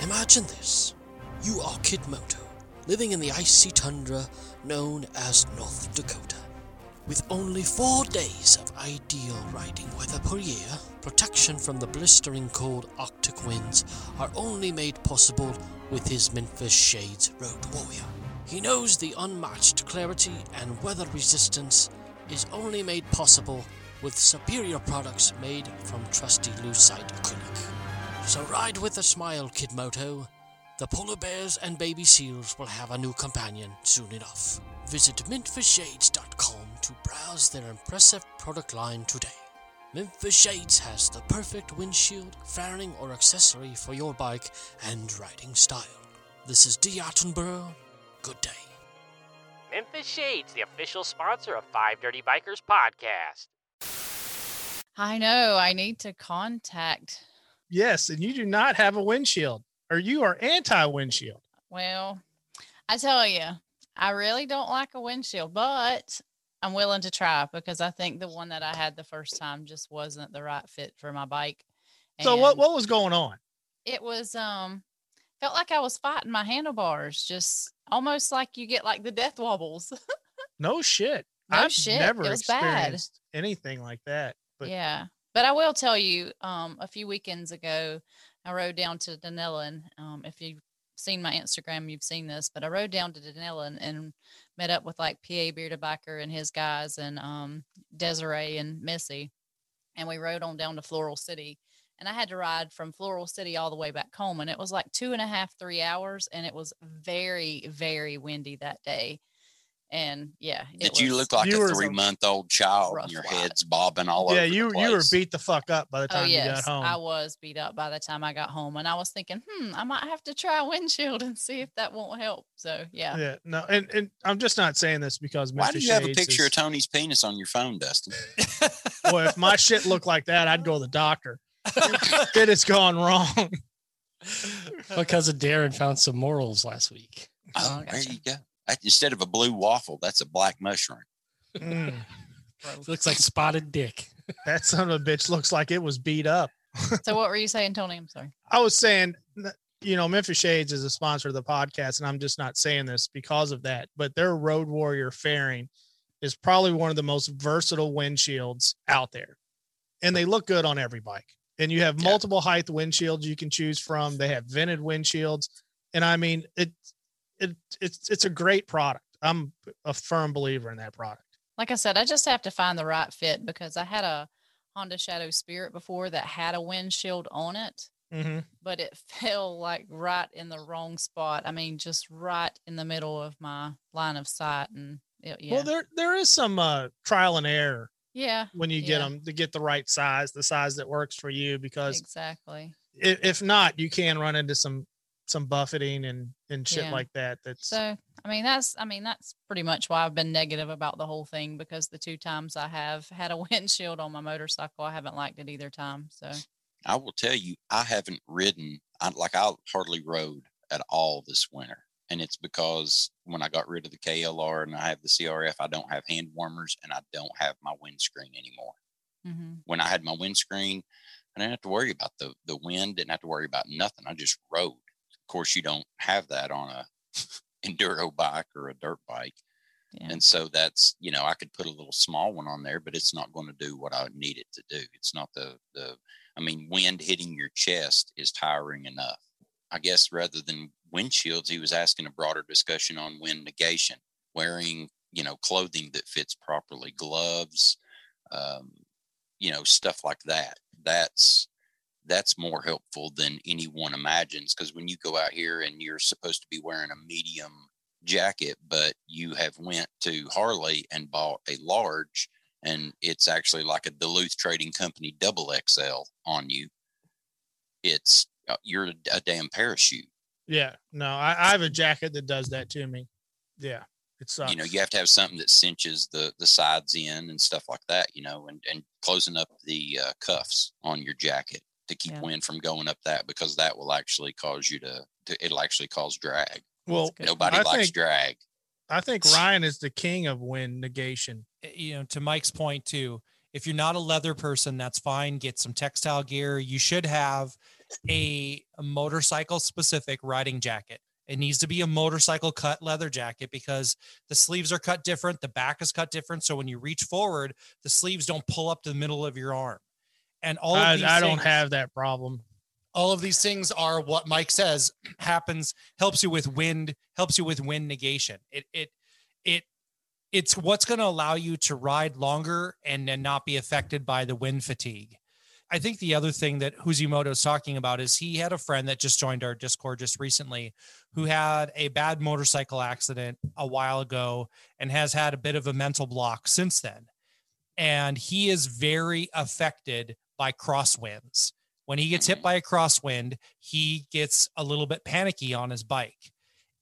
Speaker 5: Imagine this. You are Kid Moto, living in the icy tundra known as North Dakota. With only four days of ideal riding weather per year, protection from the blistering cold Arctic winds are only made possible with his Memphis Shades Road Warrior. He knows the unmatched clarity and weather resistance is only made possible with superior products made from trusty lucite acrylic. So ride with a smile, Kid Moto. The polar bears and baby seals will have a new companion soon enough. Visit mintforshades.com to browse their impressive product line today. Memphis Shades has the perfect windshield, fairing, or accessory for your bike and riding style. This is D. Attenborough. Good day.
Speaker 4: Memphis Shades, the official sponsor of Five Dirty Bikers Podcast.
Speaker 2: I know. I need to contact.
Speaker 1: Yes, and you do not have a windshield, or you are anti-windshield.
Speaker 2: Well, I tell you, I really don't like a windshield, but I'm willing to try because I think the one that I had the first time just wasn't the right fit for my bike.
Speaker 1: So what
Speaker 2: And
Speaker 1: what was going on?
Speaker 2: It was um felt like I was fighting my handlebars, just almost like you get like the death wobbles.
Speaker 1: No shit.
Speaker 2: No
Speaker 1: I've
Speaker 2: shit.
Speaker 1: never
Speaker 2: It was bad.
Speaker 1: experienced anything like that. But
Speaker 2: yeah but i will tell you um a few weekends ago i rode down to denellen um if you've seen my instagram you've seen this but i rode down to denellen and met up with like pa beardabacker and his guys and um desiree and missy and we rode on down to floral city and i had to ride from floral city all the way back home and it was like two and a half three hours and it was very very windy that day and yeah it
Speaker 3: Did you
Speaker 2: was-
Speaker 3: look like
Speaker 1: You
Speaker 3: a
Speaker 1: were a
Speaker 3: three month old child
Speaker 2: rough
Speaker 3: and your
Speaker 2: lot.
Speaker 3: head's bobbing all over?
Speaker 1: yeah,
Speaker 3: the
Speaker 1: you you were
Speaker 3: place?
Speaker 1: beat the fuck up by the time
Speaker 2: Oh
Speaker 1: you got
Speaker 2: yes,
Speaker 1: home.
Speaker 2: I was beat up by the time I got home, and I was thinking, hmm, I might have to try windshield and see if that won't help. So yeah,
Speaker 1: yeah, no, and, and I'm just not saying this because
Speaker 3: Why
Speaker 1: Mr.
Speaker 3: do you have a
Speaker 1: Shades
Speaker 3: picture
Speaker 1: is-
Speaker 3: of Tony's penis on your phone, Dustin?
Speaker 2: Oh,
Speaker 1: Well, if my shit looked like that, I'd go to the doctor. it has gone wrong.
Speaker 7: because of Darren found some morals last week.
Speaker 3: Oh,
Speaker 2: I
Speaker 3: there
Speaker 2: gotcha.
Speaker 3: you go. That- instead of a blue waffle, that's a black mushroom.
Speaker 1: Mm,
Speaker 7: Looks like spotted dick.
Speaker 1: that son of a bitch looks like it was beat up.
Speaker 2: so what were you saying, Tony? I'm sorry.
Speaker 1: I was saying, n- you know, Memphis Shades is a sponsor of the podcast, and I'm just not saying this because of that, but their Road Warrior fairing is probably one of the most versatile windshields out there. and they look good on every bike. And you have multiple height windshields you can choose from. They have vented windshields, and I mean it, it it's it's a great product. I'm a firm believer in that product.
Speaker 2: Like I said, I just have to find the right fit because I had a Honda Shadow Spirit before that had a windshield on it,
Speaker 1: Mm-hmm.
Speaker 2: but it fell like right in the wrong spot. I mean, just right in the middle of my line of sight, and it, yeah,
Speaker 1: Well, there there is some uh, trial and error
Speaker 2: yeah,
Speaker 1: when you get
Speaker 2: Yeah.
Speaker 1: them to get the right size, the size that works for you. Because
Speaker 2: exactly.
Speaker 1: if, if not, you can run into some some buffeting and and shit
Speaker 2: Yeah.
Speaker 1: like that. That's
Speaker 2: So, I mean, that's I mean, that's pretty much why I've been negative about the whole thing because the two times I have had a windshield on my motorcycle, I haven't liked it either time. So,
Speaker 3: I will tell you, I haven't ridden, I, like I hardly rode at all this winter. And it's because when I got rid of the KLR and I have the CRF, I don't have hand warmers and I don't have my windscreen anymore.
Speaker 2: mm-hmm.
Speaker 3: When I had my windscreen, I didn't have to worry about the, the wind, didn't have to worry about nothing. I just rode. Of course, you don't have that on a enduro bike or a dirt bike.
Speaker 2: yeah.
Speaker 3: And so that's, you know, I could put a little small one on there, but it's not going to do what I need it to do. It's not the, the, I mean, wind hitting your chest is tiring enough. I guess rather than windshields, he was asking a broader discussion on wind negation, wearing, you know, clothing that fits properly, gloves, um, you know, stuff like that. That's, that's more helpful than anyone imagines because when you go out here and you're supposed to be wearing a medium jacket, but you have went to Harley and bought a large, and it's actually like a Duluth Trading Company double XL on you. It's uh, you're a, a damn parachute.
Speaker 1: yeah, no, I, I have a jacket that does that to me. Yeah, it sucks.
Speaker 3: You know, you have to have something that cinches the the sides in and stuff like that. You know, and and closing up the uh, cuffs on your jacket to keep
Speaker 2: Yeah.
Speaker 3: wind from going up that because that will actually cause you to, to it'll actually cause drag.
Speaker 1: well,
Speaker 2: Good.
Speaker 3: Nobody
Speaker 1: I
Speaker 3: likes
Speaker 1: think-
Speaker 3: drag.
Speaker 1: I think Ryan is the king of wind negation.
Speaker 6: you know, to Mike's point too, if you're not a leather person, that's fine. Get some textile gear. You should have a motorcycle specific riding jacket. It needs to be a motorcycle cut leather jacket because the sleeves are cut different, the back is cut different. So when you reach forward, the sleeves don't pull up to the middle of your arm. And all of
Speaker 1: I,
Speaker 6: these
Speaker 1: I don't
Speaker 6: things-
Speaker 1: have that problem.
Speaker 6: all of these things are what Mike says happens, helps you with wind, helps you with wind negation. It it it it's what's going to allow you to ride longer and, and not be affected by the wind fatigue. I think the other thing that Huzimoto's talking about is he had a friend that just joined our Discord just recently who had a bad motorcycle accident a while ago and has had a bit of a mental block since then. And he is very affected by crosswinds when he gets hit by a crosswind, he gets a little bit panicky on his bike.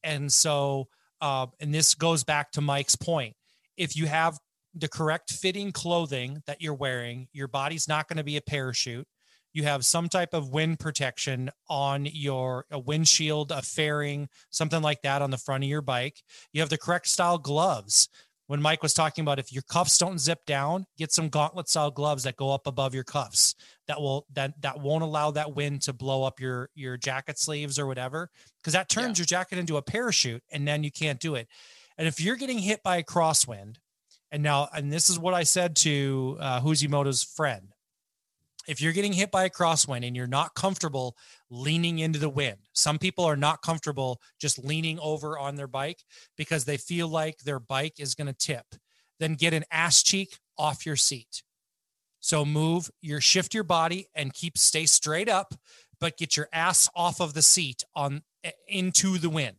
Speaker 6: And so, uh, and this goes back to Mike's point. If you have the correct fitting clothing that you're wearing, your body's not going to be a parachute. You have some type of wind protection on your a windshield, a fairing, something like that on the front of your bike. You have the correct style gloves. When Mike was talking about if your cuffs don't zip down, get some gauntlet style gloves that go up above your cuffs that will that that won't allow that wind to blow up your your jacket sleeves or whatever because that turns your jacket into a parachute and then you can't do it and if you're getting hit by a crosswind and now and this is what i said to uh, huzimoto's friend if you're getting hit by a crosswind and you're not comfortable leaning into the wind some people are not comfortable just leaning over on their bike because they feel like their bike is going to tip then get an ass cheek off your seat so move your shift your body and keep stay straight up, but get your ass off of the seat on into the wind.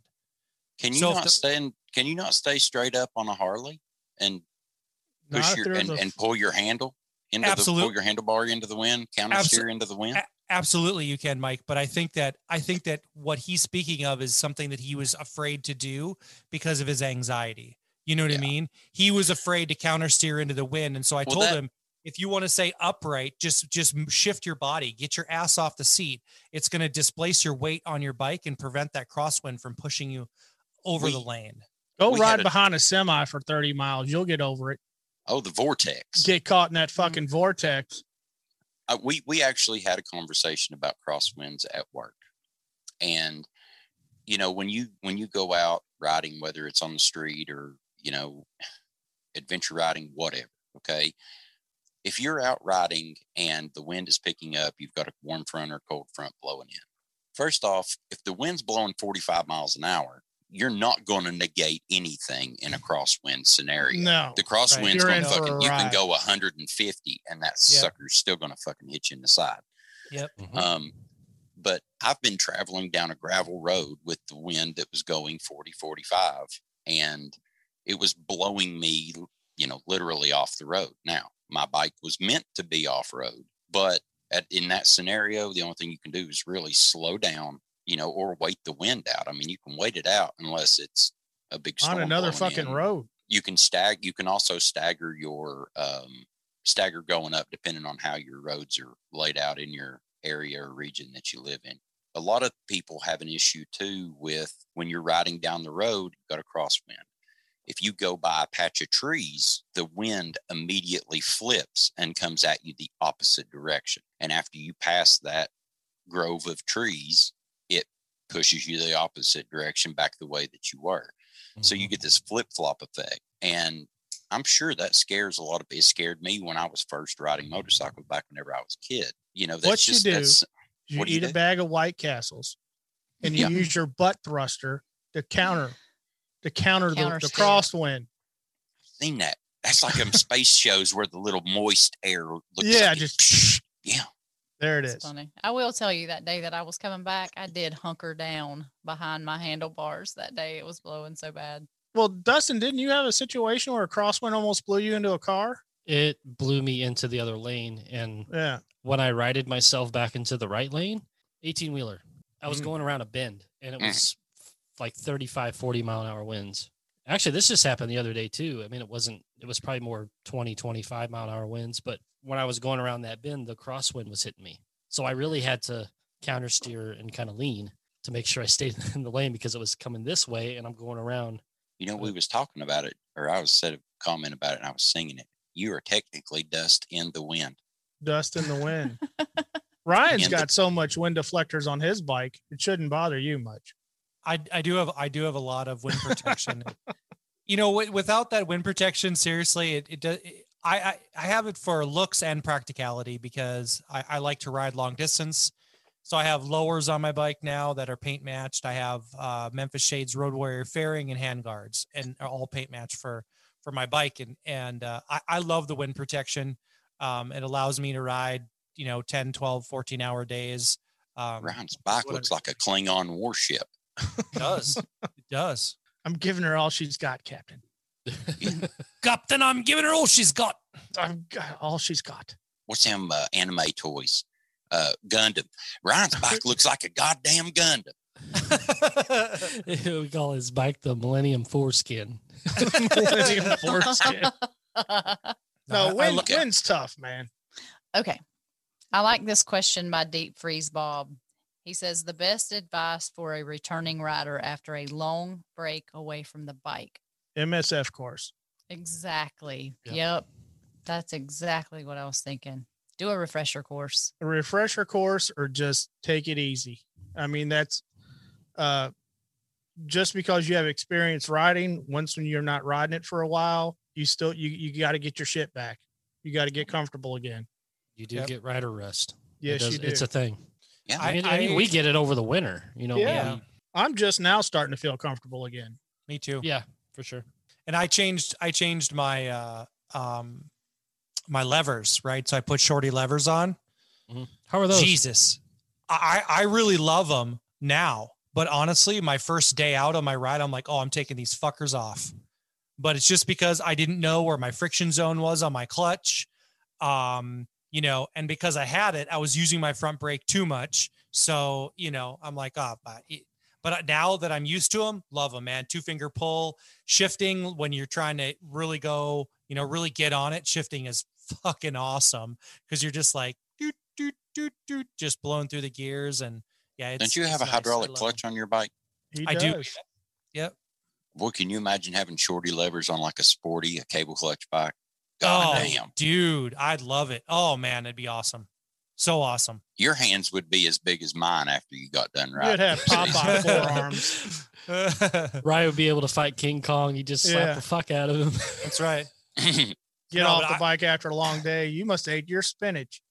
Speaker 3: Can you
Speaker 6: So if
Speaker 3: not
Speaker 6: the-
Speaker 3: stand? Can you not stay straight up on a Harley and push
Speaker 1: Not if
Speaker 3: your
Speaker 1: there's
Speaker 3: and,
Speaker 1: a-
Speaker 3: and pull your handle into the
Speaker 6: Absolute-
Speaker 3: pull your handlebar into the wind, counter
Speaker 6: Abso-
Speaker 3: steer into the wind.
Speaker 6: A- Absolutely you can, Mike, but I think that I think that what he's speaking of is something that he was afraid to do because of his anxiety. You know what
Speaker 3: Yeah.
Speaker 6: I mean? He was afraid to counter steer into the wind and so I
Speaker 3: Well,
Speaker 6: told
Speaker 3: that-
Speaker 6: him if you want to say upright, just just m- shift your body, get your ass off the seat. It's going to displace your weight on your bike and prevent that crosswind from pushing you over
Speaker 3: We-
Speaker 6: the lane.
Speaker 1: Go
Speaker 3: We had
Speaker 1: ride
Speaker 3: a-
Speaker 1: behind a semi for 30 miles. You'll get over it.
Speaker 3: oh, the vortex.
Speaker 1: Get caught in that
Speaker 6: Mm-hmm.
Speaker 1: fucking vortex.
Speaker 3: uh, we we actually had a conversation about crosswinds at work and you know when you when you go out riding whether it's on the street or you know adventure riding whatever okay if you're out riding and the wind is picking up, you've got a warm front or cold front blowing in. First off, if the wind's blowing 45 miles an hour, you're not going to negate anything in a crosswind scenario.
Speaker 1: No.
Speaker 3: The crosswind's
Speaker 1: You're
Speaker 3: going
Speaker 1: in
Speaker 3: to
Speaker 1: for a
Speaker 3: fucking, you can
Speaker 1: ride.
Speaker 3: go 150 and that sucker's still going to fucking hit you in the side.
Speaker 6: Yep.
Speaker 1: Mm-hmm.
Speaker 5: Mhm.
Speaker 3: Um, but I've been traveling down a gravel road with the wind that was going 40, 45, and it was blowing me, you know, literally off the road. Now, my bike was meant to be off road, but at, in that scenario, the only thing you can do is really slow down, you know, or wait the wind out. I mean, you can wait it out unless it's a big storm
Speaker 1: on another
Speaker 3: blowing
Speaker 1: fucking
Speaker 3: in
Speaker 1: road.
Speaker 3: you can stag you can also stagger your um, stagger going up depending on how your roads are laid out in your area or region that you live in a lot of people have an issue too with when you're riding down the road you've got a crosswind if you go by a patch of trees the wind immediately flips and comes at you the opposite direction and after you pass that grove of trees it pushes you the opposite direction back the way that you were so you get this flip flop effect. And I'm sure that scares a lot of it scared me when I was first riding motorcycle back whenever I was a kid. You know, that's
Speaker 1: What you
Speaker 3: just
Speaker 1: do-
Speaker 3: that's
Speaker 1: You
Speaker 3: What do you
Speaker 1: eat a
Speaker 3: do?
Speaker 1: bag of White Castles, and you
Speaker 3: Yeah.
Speaker 1: use your butt thruster to counter, to counter, the- the,
Speaker 2: Countersteer.
Speaker 1: crosswind.
Speaker 3: seen that. That's like them space shows where the little moist air looks
Speaker 1: yeah,
Speaker 3: like it-
Speaker 1: just
Speaker 3: yeah.
Speaker 1: there it
Speaker 2: It's
Speaker 1: is.
Speaker 2: funny. I will tell you that day that I was coming back, I did hunker down behind my handlebars that day. It was blowing so bad.
Speaker 1: Well, Dustin, didn't you have a situation where a crosswind almost blew you into a car?
Speaker 5: It blew me into the other lane, and
Speaker 1: Yeah.
Speaker 5: when I righted myself back into the right lane, 18 wheeler. I was
Speaker 1: Mhm.
Speaker 5: going around a bend and it
Speaker 3: Mm.
Speaker 5: was like 35, 40 mile an hour winds. Actually, this just happened the other day too. I mean, it wasn't, it was probably more 20, 25 mile an hour winds, but when I was going around that bend, the crosswind was hitting me. So I really had to counter steer and kind of lean to make sure I stayed in the lane because it was coming this way and I'm going around.
Speaker 3: You know, we was talking about it, or I was said a comment about it, and I was singing it. You are technically dust in the wind.
Speaker 1: Dust in the wind. Ryan's
Speaker 3: And the-
Speaker 1: got so much wind deflectors on his bike, it shouldn't bother you much.
Speaker 6: I, I do have I do have a lot of wind protection. you know, wi- without that wind protection, seriously, it, it does. I, I I have it for looks and practicality because I, I like to ride long distance. So I have lowers on my bike now that are paint matched. I have uh, Memphis Shades Road Warrior fairing and handguards, and are all paint matched for for my bike. And and uh, I, I love the wind protection. Um, it allows me to ride, you know, 10, 12, 14 hour days. Um,
Speaker 3: Ryan's bike
Speaker 6: what I-
Speaker 3: looks like a Klingon warship.
Speaker 6: It does. it does.
Speaker 1: I'm giving her all she's got, Captain.
Speaker 6: Captain, I'm giving her all she's got.
Speaker 1: I've got all she's got.
Speaker 3: What's them uh, anime toys? Uh, Gundam. Ryan's bike looks like a goddamn Gundam.
Speaker 5: we call his bike the Millennium Foreskin.
Speaker 1: Millennium foreskin.
Speaker 6: I- I
Speaker 1: No, wind,
Speaker 3: look at-
Speaker 1: wind's tough, man.
Speaker 2: Okay. I like this question by Deep Freeze Bob. He says the best advice for a returning rider after a long break away from the bike.
Speaker 1: MSF course.
Speaker 2: Exactly.
Speaker 5: Yeah.
Speaker 2: Yep. That's exactly what I was thinking. Do a refresher course.
Speaker 1: a refresher course or just take it easy. I mean, that's uh, just because you have experience riding. Once when you're not riding it for a while, you still you you got to get your shit back. You got to get comfortable again.
Speaker 5: You do
Speaker 6: Yep.
Speaker 5: get rider rest. It
Speaker 1: Yes,
Speaker 5: does-
Speaker 1: you do.
Speaker 5: It's a thing.
Speaker 3: Yeah.
Speaker 5: I mean, I mean, we get it over the winter, you know.
Speaker 1: Yeah. I'm just now starting to feel comfortable again.
Speaker 6: me too.
Speaker 5: we- yeah, for sure.
Speaker 6: And I changed, I changed my, uh, um, my levers, right? So I put shorty levers on.
Speaker 5: How are those?
Speaker 6: Jesus, I, I I really love them now. But honestly, my first day out on my ride, I'm like, oh, I'm taking these fuckers off. But it's just because I didn't know where my friction zone was on my clutch, um, you know, and because I had it, I was using my front brake too much. So you know, I'm like, ah, but. It, but now that I'm used to them, love them, man. Two finger pull, shifting when you're trying to really go, you know, really get on it. Shifting is fucking awesome because you're just like doot doot doot doot, just blowing through the gears and yeah. It's,
Speaker 3: Don't you have
Speaker 6: it's
Speaker 3: a
Speaker 6: nice. I
Speaker 3: hydraulic
Speaker 6: love
Speaker 3: clutch
Speaker 6: them.
Speaker 3: on your bike?
Speaker 1: He
Speaker 6: I do.
Speaker 1: does.
Speaker 3: Boy, can you imagine having shorty levers on like a sporty, a cable clutch bike?
Speaker 6: Oh,
Speaker 3: God damn.
Speaker 6: dude, I'd love it. Oh man, it'd be awesome. So awesome.
Speaker 3: Your hands would be as big as mine after you got done
Speaker 1: You'd
Speaker 3: riding.
Speaker 1: have Popeye forearms.
Speaker 6: That's
Speaker 5: Ryan would be able to fight King Kong. You just slap
Speaker 1: Yeah.
Speaker 5: the fuck out of him.
Speaker 6: right.
Speaker 1: Get
Speaker 6: No,
Speaker 1: off
Speaker 6: but
Speaker 1: the
Speaker 6: I-
Speaker 1: bike after a long day. You must ate your spinach.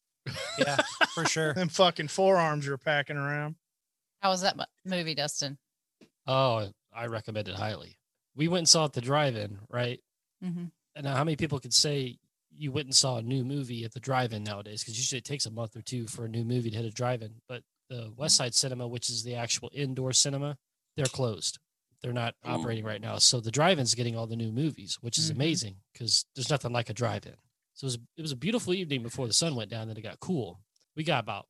Speaker 6: Yeah, for sure.
Speaker 1: Them fucking forearms you're packing around.
Speaker 2: How was that mo- movie, Dustin?
Speaker 5: Oh, I recommend it highly. We went and saw it at the drive-in, right?
Speaker 2: Mm-hmm.
Speaker 5: And now how many people could say you went and saw a new movie at the drive-in nowadays? Because usually it takes a month or two for a new movie to hit a drive-in. But the West Side Cinema, which is the actual indoor cinema, they're closed. They're not
Speaker 3: Ooh.
Speaker 5: operating right now. So the drive-in's getting all the new movies, which is
Speaker 2: Mhm.
Speaker 5: amazing because there's nothing like a drive-in. So it was, it was a beautiful evening before the sun went down. Then it got cool. We got about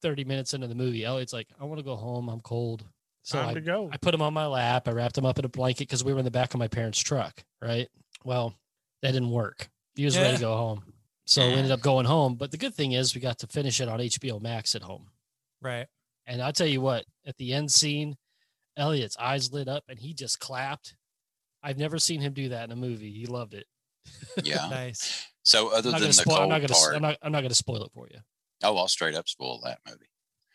Speaker 5: 30 minutes into the movie. Elliot's like, I want to go home. I'm cold. So
Speaker 1: Time
Speaker 5: I
Speaker 1: to go.
Speaker 5: I put him on my lap. I wrapped him up in a blanket because we were in the back of my parents' truck. Right. Well, that didn't work. He was ready
Speaker 6: Yeah.
Speaker 5: to go home. So we ended up going home. But the good thing is we got to finish it on HBO Max at home.
Speaker 6: Right.
Speaker 5: And I'll tell you what, at the end scene, Elliot's eyes lit up and he just clapped. I've never seen him do that in a movie. He loved it.
Speaker 3: Yeah.
Speaker 6: Nice.
Speaker 3: So other than
Speaker 5: I'm not gonna
Speaker 3: the
Speaker 5: spoil- I'm
Speaker 3: cold
Speaker 5: not gonna-
Speaker 3: part,
Speaker 5: I'm not- I'm not going to spoil it for you.
Speaker 3: oh, I'll straight up spoil that movie.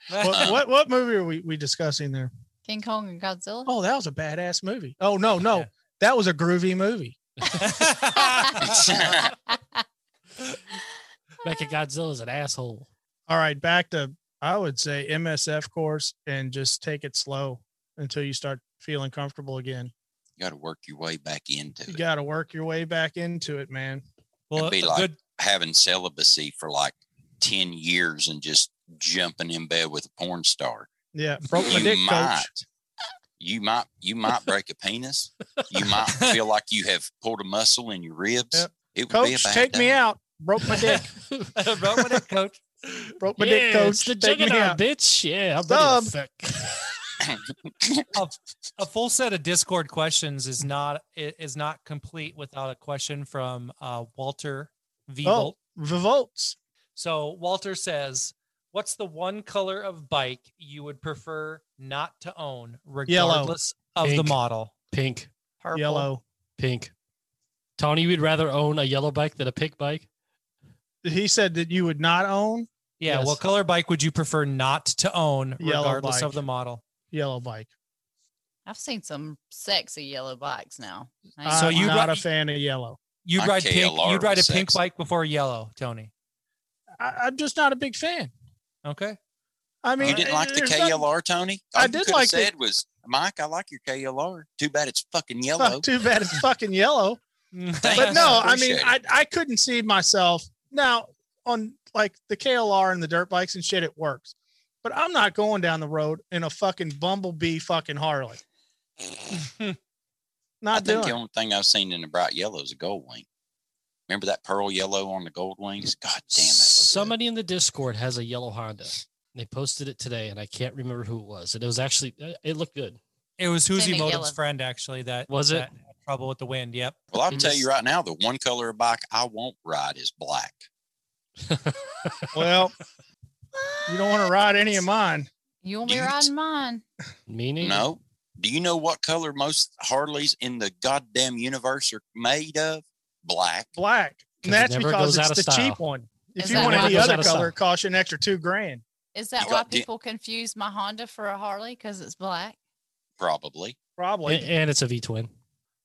Speaker 1: What, what what movie are we, we discussing there?
Speaker 2: King Kong and Godzilla.
Speaker 1: Oh, that was a badass movie. Oh no, no,
Speaker 6: Yeah.
Speaker 1: that was a groovy movie.
Speaker 5: Mecha Godzilla's an asshole.
Speaker 1: All right, back to I would say MSF course and just take it slow until you start feeling comfortable again.
Speaker 3: You got to work your way back into
Speaker 1: You
Speaker 3: it.
Speaker 1: got to work your way back into it, man.
Speaker 6: well,
Speaker 3: It'd be
Speaker 6: a
Speaker 3: like-
Speaker 6: good.
Speaker 3: Having celibacy for like 10 years and just jumping in bed with a porn star.
Speaker 1: Yeah, broke my
Speaker 3: You
Speaker 1: dick,
Speaker 3: might.
Speaker 1: coach.
Speaker 3: You might, you might break a penis. You might feel like you have pulled a muscle in your ribs.
Speaker 1: Yep.
Speaker 3: It would be a
Speaker 1: Coach,
Speaker 3: bad
Speaker 1: take me
Speaker 3: day.
Speaker 1: out. Broke my dick.
Speaker 6: uh, Run with it, coach.
Speaker 1: Broke my
Speaker 5: yeah,
Speaker 1: dick, coach.
Speaker 5: it's the
Speaker 1: take me
Speaker 5: juggernaut,
Speaker 1: out.
Speaker 5: bitch. Yeah, I'm ready to fuck.
Speaker 6: A full set of Discord questions is not i- is not complete without a question from uh, Walter V.
Speaker 1: Oh,
Speaker 6: Bolt.
Speaker 1: Vivolts.
Speaker 6: So Walter says, "What's the one color of bike you would prefer not to own,
Speaker 1: Yellow.
Speaker 6: regardless of
Speaker 5: Pink.
Speaker 6: the model?"
Speaker 5: Pink.
Speaker 6: Purple.
Speaker 1: Yellow.
Speaker 5: Pink. Tony, you would rather own a yellow bike than a pink bike?
Speaker 1: He said that you would not own
Speaker 6: Yeah.
Speaker 5: Yes.
Speaker 6: What color bike would you prefer not to own,
Speaker 1: Yellow
Speaker 6: regardless
Speaker 1: bike.
Speaker 6: of the model?
Speaker 1: yellow bike.
Speaker 2: I've seen some sexy yellow bikes now. I ain't
Speaker 1: So
Speaker 6: So
Speaker 1: I'm
Speaker 6: you
Speaker 2: gonna lie.
Speaker 1: not
Speaker 6: ri-
Speaker 1: a fan of yellow.
Speaker 6: You'd
Speaker 3: My
Speaker 6: ride pink.
Speaker 3: KLR
Speaker 6: You'd ride a
Speaker 3: was
Speaker 6: pink
Speaker 3: sexy.
Speaker 6: bike before yellow, Tony.
Speaker 1: I, I'm just not a big fan.
Speaker 6: Okay.
Speaker 1: I mean,
Speaker 3: You didn't like the
Speaker 1: there's nothing-
Speaker 3: KLR, Tony?
Speaker 1: I
Speaker 3: All you
Speaker 1: did
Speaker 3: could've
Speaker 1: like the-
Speaker 3: said was, Mike, I like your KLR. Too bad it's fucking
Speaker 1: Fuck,
Speaker 3: yellow.
Speaker 1: too bad it's fucking yellow. But
Speaker 3: Thanks,
Speaker 1: no, I mean,
Speaker 3: appreciate
Speaker 1: I, I couldn't see myself now on like the KLR and the dirt bikes and shit. It works, but I'm not going down the road in a fucking bumblebee fucking Harley.
Speaker 3: I
Speaker 1: Not
Speaker 3: think
Speaker 1: doing.
Speaker 3: the
Speaker 1: it.
Speaker 3: only thing I've seen in the bright yellow is a gold wing. Remember that pearl yellow on the gold wings? God damn it.
Speaker 5: Somebody in the Discord has a yellow Honda. They posted it today, and I can't remember who it was. And it was actually, uh, it looked good.
Speaker 6: It was
Speaker 2: Same
Speaker 6: Hoosie
Speaker 2: at
Speaker 6: Motive's
Speaker 2: yellow.
Speaker 6: friend actually that
Speaker 5: Was it?
Speaker 6: that had trouble with the wind. Yep.
Speaker 3: Well, I'll
Speaker 5: It
Speaker 3: tell
Speaker 5: is-
Speaker 3: you right now, the one color of bike I won't ride is black.
Speaker 1: Well, you don't want to ride any of mine.
Speaker 2: You won't be
Speaker 3: You-
Speaker 2: riding mine.
Speaker 1: Mm.
Speaker 5: Meaning?
Speaker 3: No. Do you know what color most Harleys in the goddamn universe are made of? Black.
Speaker 1: Black. And
Speaker 5: 'Cause it
Speaker 1: that's
Speaker 5: never
Speaker 1: because
Speaker 5: goes
Speaker 1: it's
Speaker 5: out of
Speaker 1: the
Speaker 5: style.
Speaker 1: cheap one. If
Speaker 2: Is
Speaker 1: you
Speaker 2: that
Speaker 1: want
Speaker 2: why it
Speaker 1: any
Speaker 5: goes
Speaker 1: other
Speaker 5: out of
Speaker 1: color,
Speaker 5: style?
Speaker 1: it costs you an extra two grand.
Speaker 2: Is that
Speaker 3: You
Speaker 2: why
Speaker 3: got di-
Speaker 2: people confuse my Honda for a Harley because it's black?
Speaker 3: Probably.
Speaker 1: Probably.
Speaker 5: And, and it's a V twin.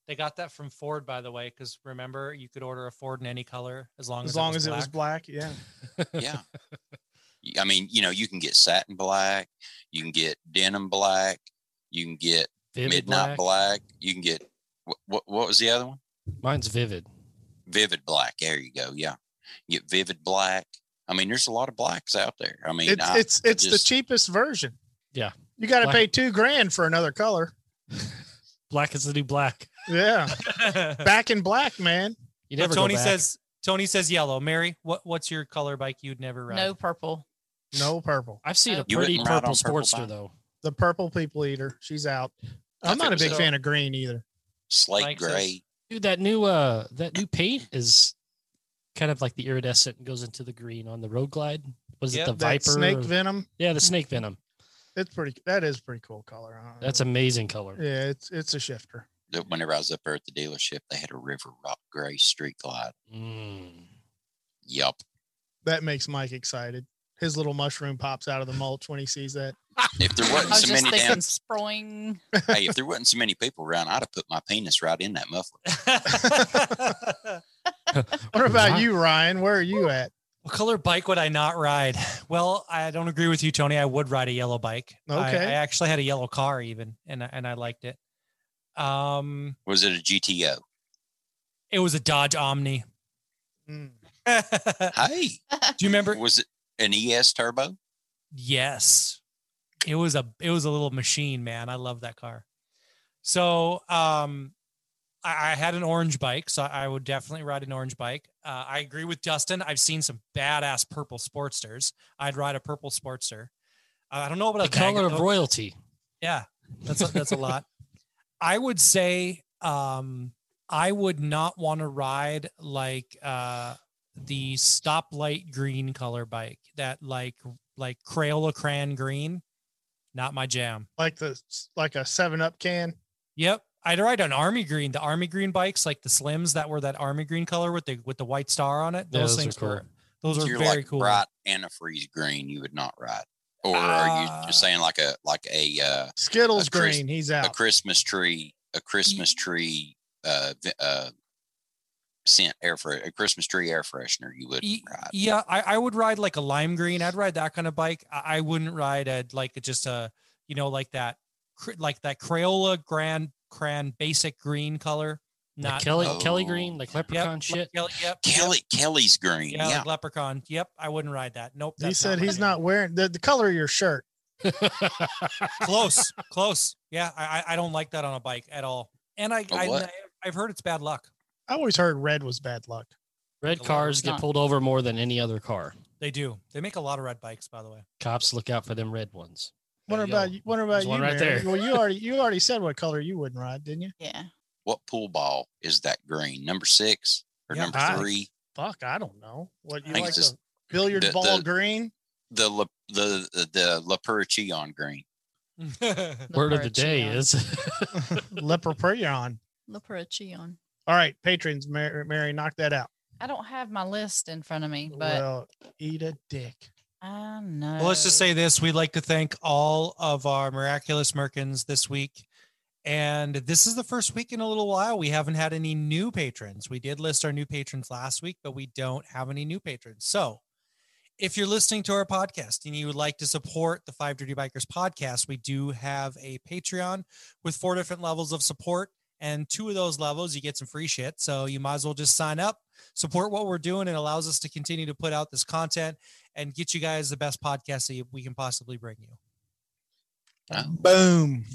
Speaker 6: They got that from Ford, by the way, because remember you could order a Ford in any color as long as,
Speaker 1: as long as it was black. Yeah.
Speaker 3: Yeah. Y- I mean, you know, you can get satin black, you can get denim black, you can get
Speaker 5: Vivid
Speaker 3: midnight black.
Speaker 5: black.
Speaker 3: you can get what, what what was the other one?
Speaker 5: Mine's vivid.
Speaker 3: Vivid black. There you go. Yeah. You get vivid black. I mean, there's a lot of blacks out there. I mean,
Speaker 1: It's
Speaker 3: I,
Speaker 1: it's it's the
Speaker 3: just-
Speaker 1: cheapest version.
Speaker 5: Yeah.
Speaker 1: You got to
Speaker 5: Black-
Speaker 1: pay two grand for another color.
Speaker 5: Black is the new black.
Speaker 1: Yeah.
Speaker 6: black.
Speaker 1: Back in black, man.
Speaker 5: You never. go
Speaker 6: Tony
Speaker 5: back.
Speaker 6: says Tony says yellow. Mary, what what's your color bike you'd never ride?
Speaker 2: No purple.
Speaker 1: No purple.
Speaker 5: I've seen a
Speaker 2: You
Speaker 5: pretty
Speaker 3: wouldn't ride on
Speaker 5: purple
Speaker 3: purple
Speaker 5: Sportster
Speaker 3: bike?
Speaker 5: though.
Speaker 1: The purple people eater. She's out.
Speaker 3: I
Speaker 1: I'm
Speaker 3: think
Speaker 1: not a
Speaker 3: it was
Speaker 1: big
Speaker 3: a-
Speaker 1: fan of green either.
Speaker 3: slate
Speaker 6: Mike says-
Speaker 3: gray.
Speaker 5: Dude, that new uh, that new paint is kind of like the iridescent and goes into the green on the Road Glide. Was
Speaker 6: Yep,
Speaker 5: it the
Speaker 1: That
Speaker 5: Viper?
Speaker 1: snake
Speaker 5: or-
Speaker 1: venom.
Speaker 5: yeah, the snake venom.
Speaker 1: It's pretty. That is a pretty cool color. I don't
Speaker 5: That's
Speaker 1: know.
Speaker 5: amazing color.
Speaker 1: Yeah. It's it's a shifter.
Speaker 3: that whenever I was up there at the dealership, they had a River Rock Gray street light.
Speaker 5: Mm.
Speaker 3: Yup.
Speaker 1: That makes Mike excited. His little mushroom pops out of the mulch when he sees that.
Speaker 3: If there
Speaker 2: I
Speaker 3: wasn't
Speaker 2: was
Speaker 3: so
Speaker 2: just
Speaker 3: many
Speaker 2: thinking
Speaker 3: damn,
Speaker 2: sproing.
Speaker 3: hey, if there wasn't so many people around, I'd have put my penis right in that muffler.
Speaker 1: What about you, Ryan? Where are you at?
Speaker 6: What color bike would I not ride? Well, I don't agree with you, Tony. I would ride a yellow bike. I- I,
Speaker 1: Okay.
Speaker 6: actually had a yellow car even, and I- and I liked it. Um,
Speaker 3: Was it a GTO?
Speaker 6: it was a Dodge Omni.
Speaker 1: Mm.
Speaker 6: Do
Speaker 3: Hey,
Speaker 6: you remember?
Speaker 3: was it an ES turbo?
Speaker 6: Yes. It was a it was a little machine, man. I love that car. So um I, I had an orange bike, so I would definitely ride an orange bike. Uh, I agree with Dustin. I've seen some badass purple sportsters. I'd ride a purple sportster. Uh, I don't know about
Speaker 5: The
Speaker 6: a oh, bag-
Speaker 5: color of royalty.
Speaker 6: yeah, that's a, that's a lot. I would say um, I would not want to ride like uh, the stoplight green color bike that like like Crayola crayon green. Not my jam.
Speaker 1: Like the like a seven up can.
Speaker 6: Yep, I'd ride an army green. The army green bikes, like the slims that were that army green color with the with the white star on it.
Speaker 5: Yeah,
Speaker 6: Those,
Speaker 5: those are
Speaker 6: things
Speaker 5: cool.
Speaker 6: were those
Speaker 3: So
Speaker 6: are
Speaker 3: you're
Speaker 6: very
Speaker 3: like
Speaker 6: cool.
Speaker 3: bright antifreeze green. You would not ride, or are you just
Speaker 6: Uh,
Speaker 3: saying like a like a uh,
Speaker 1: Skittles
Speaker 3: A Chris-
Speaker 1: green. He's
Speaker 3: a
Speaker 1: out.
Speaker 3: Christmas tree, a
Speaker 6: Mm-hmm.
Speaker 3: Christmas tree, uh, vi- uh, scent air for a Christmas tree air freshener. You would
Speaker 6: Ye-
Speaker 3: ride.
Speaker 6: Yeah, I, I would ride like a lime green. I'd ride that kind of bike. I, I wouldn't ride a like just a you know like that cr- like that Crayola Grand Cran basic green color.
Speaker 5: Not
Speaker 6: Not
Speaker 5: Kelly
Speaker 3: Oh.
Speaker 5: Kelly Green, like
Speaker 6: yep,
Speaker 5: leprechaun
Speaker 6: like
Speaker 5: shit.
Speaker 6: Kelly, yep.
Speaker 3: Kelly Kelly's green.
Speaker 6: Yeah,
Speaker 3: Yeah,
Speaker 6: like leprechaun. Yep, I wouldn't ride that. Nope.
Speaker 1: He
Speaker 6: that's
Speaker 1: said
Speaker 6: my
Speaker 1: he's
Speaker 6: jam.
Speaker 1: not wearing the, the color of your shirt.
Speaker 6: close. Close. Yeah, I I I don't like that on a bike at all. And I,
Speaker 3: A
Speaker 6: I
Speaker 3: what?
Speaker 6: I've heard it's bad luck.
Speaker 1: I always heard red was bad luck.
Speaker 5: Red
Speaker 6: It's
Speaker 5: cars get
Speaker 2: not.
Speaker 5: pulled over more than any other car.
Speaker 6: They do. They make a lot of red bikes, by the way.
Speaker 5: Cops look out for them red ones.
Speaker 1: Wonder
Speaker 6: That
Speaker 1: about
Speaker 6: yellow.
Speaker 1: you. Wonder about
Speaker 5: There's
Speaker 1: you.
Speaker 5: one right
Speaker 1: Mary.
Speaker 5: there.
Speaker 1: Well, you already you already said what color you wouldn't ride, didn't you?
Speaker 2: yeah.
Speaker 3: What pool ball is that green? Number six or
Speaker 6: Yeah.
Speaker 3: number
Speaker 1: Ah.
Speaker 3: three?
Speaker 1: Fuck, I don't know. What you
Speaker 3: think
Speaker 1: like
Speaker 3: it's
Speaker 1: the
Speaker 3: just
Speaker 1: billiard
Speaker 3: the-
Speaker 1: ball
Speaker 3: the-
Speaker 1: green?
Speaker 3: The La, the the, the Lepercheon green.
Speaker 5: Word of the day
Speaker 2: Leprechaun.
Speaker 5: is
Speaker 1: Leprechaun.
Speaker 2: Leprechaun.
Speaker 1: All right, patrons, Mary, Mary, knock that out.
Speaker 2: I don't have my list in front of me, but
Speaker 1: Well, eat a dick.
Speaker 2: I know.
Speaker 6: Well, let's just say this. We'd like to thank all of our miraculous Merkins this week. And this is the first week in a little while we haven't had any new patrons. We did list our new patrons last week, but we don't have any new patrons. So if you're listening to our podcast and you would like to support the Five Dirty Bikers podcast, we do have a Patreon with four different levels of support. And two of those levels, you get some free shit. So you might as well just sign up, support what we're doing. It allows us to continue to put out this content and get you guys the best podcast that you- we can possibly bring you.
Speaker 3: Oh.
Speaker 1: Boom.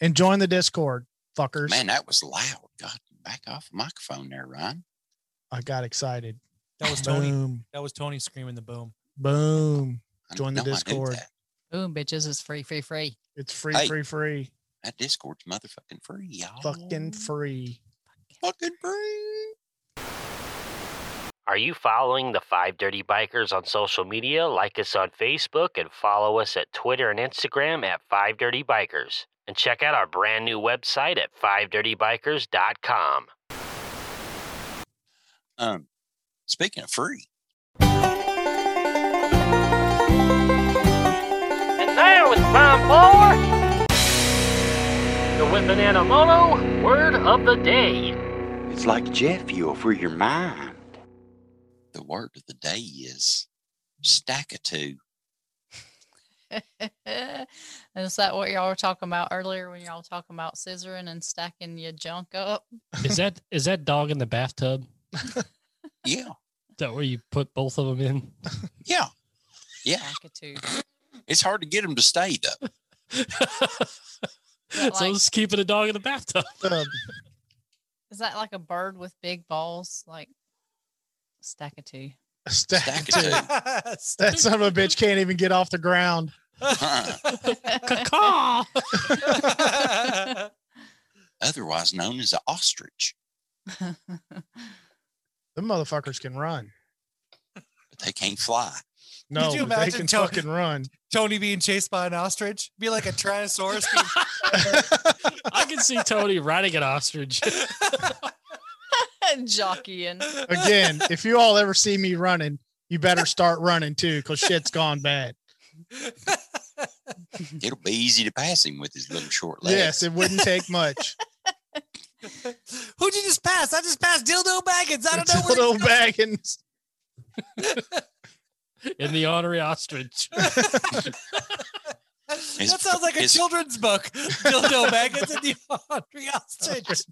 Speaker 1: And join the Discord, fuckers.
Speaker 3: Man, that was loud. God, back off the microphone there, Ryan.
Speaker 1: I got excited.
Speaker 6: That was Tony.
Speaker 1: Boom.
Speaker 6: That was Tony screaming the boom.
Speaker 1: Boom.
Speaker 3: I
Speaker 1: Join the
Speaker 3: know I knew
Speaker 1: Discord.
Speaker 3: That.
Speaker 2: boom, bitches, it's free, free, free.
Speaker 1: It's free,
Speaker 3: Hey.
Speaker 1: free, free.
Speaker 3: that Discord's motherfucking free, y'all.
Speaker 6: Oh.
Speaker 1: Fucking free.
Speaker 3: fucking free.
Speaker 4: Are you following the Five Dirty Bikers on social media? Like us on Facebook and follow us at Twitter and Instagram at Five Dirty Bikers. And check out our brand new website at fivedirtybikers.com.
Speaker 3: Um, speaking of free,
Speaker 4: And now it's time for the Whippin' Mono Word of the Day.
Speaker 8: It's like Jeff fuel for your mind.
Speaker 3: the word of the day is stackatoo.
Speaker 2: Is that what y'all were talking about earlier when y'all talking about scissoring and stacking your junk up?
Speaker 5: is that is that dog in the bathtub?
Speaker 3: Yeah,
Speaker 5: Is that where you put both of them in?
Speaker 3: yeah, yeah.
Speaker 2: Cockatoo.
Speaker 3: It's hard to get them to stay though.
Speaker 5: so
Speaker 2: like-
Speaker 5: let's keep it a dog in the bathtub.
Speaker 1: Um,
Speaker 2: Is that like a bird with big balls? Like stack of two.
Speaker 1: stack
Speaker 3: Stackatoo.
Speaker 1: two. That son of a bitch can't even get off the ground.
Speaker 5: Caw.
Speaker 3: otherwise known as an ostrich,
Speaker 1: The motherfuckers can run.
Speaker 3: but they can't fly.
Speaker 1: No,
Speaker 6: you
Speaker 1: but they
Speaker 6: imagine
Speaker 1: can
Speaker 6: Tony-
Speaker 1: fucking run.
Speaker 6: Tony being chased by an ostrich, be like a tyrannosaurus. being-
Speaker 5: I can see Tony riding an ostrich.
Speaker 2: Jockeying.
Speaker 1: Again, if you all ever see me running, you better start running too, because shit's gone bad.
Speaker 3: It'll be easy to pass him with his little short legs.
Speaker 1: Yes, it wouldn't take much.
Speaker 6: Who'd you just pass? I just passed Dildo Baggins. I don't know where.
Speaker 1: Dildo Baggins.
Speaker 5: in the honorary ostrich.
Speaker 6: that sounds like a
Speaker 3: His-
Speaker 6: children's book. Dildo Baggins and the Audrey Ostrich.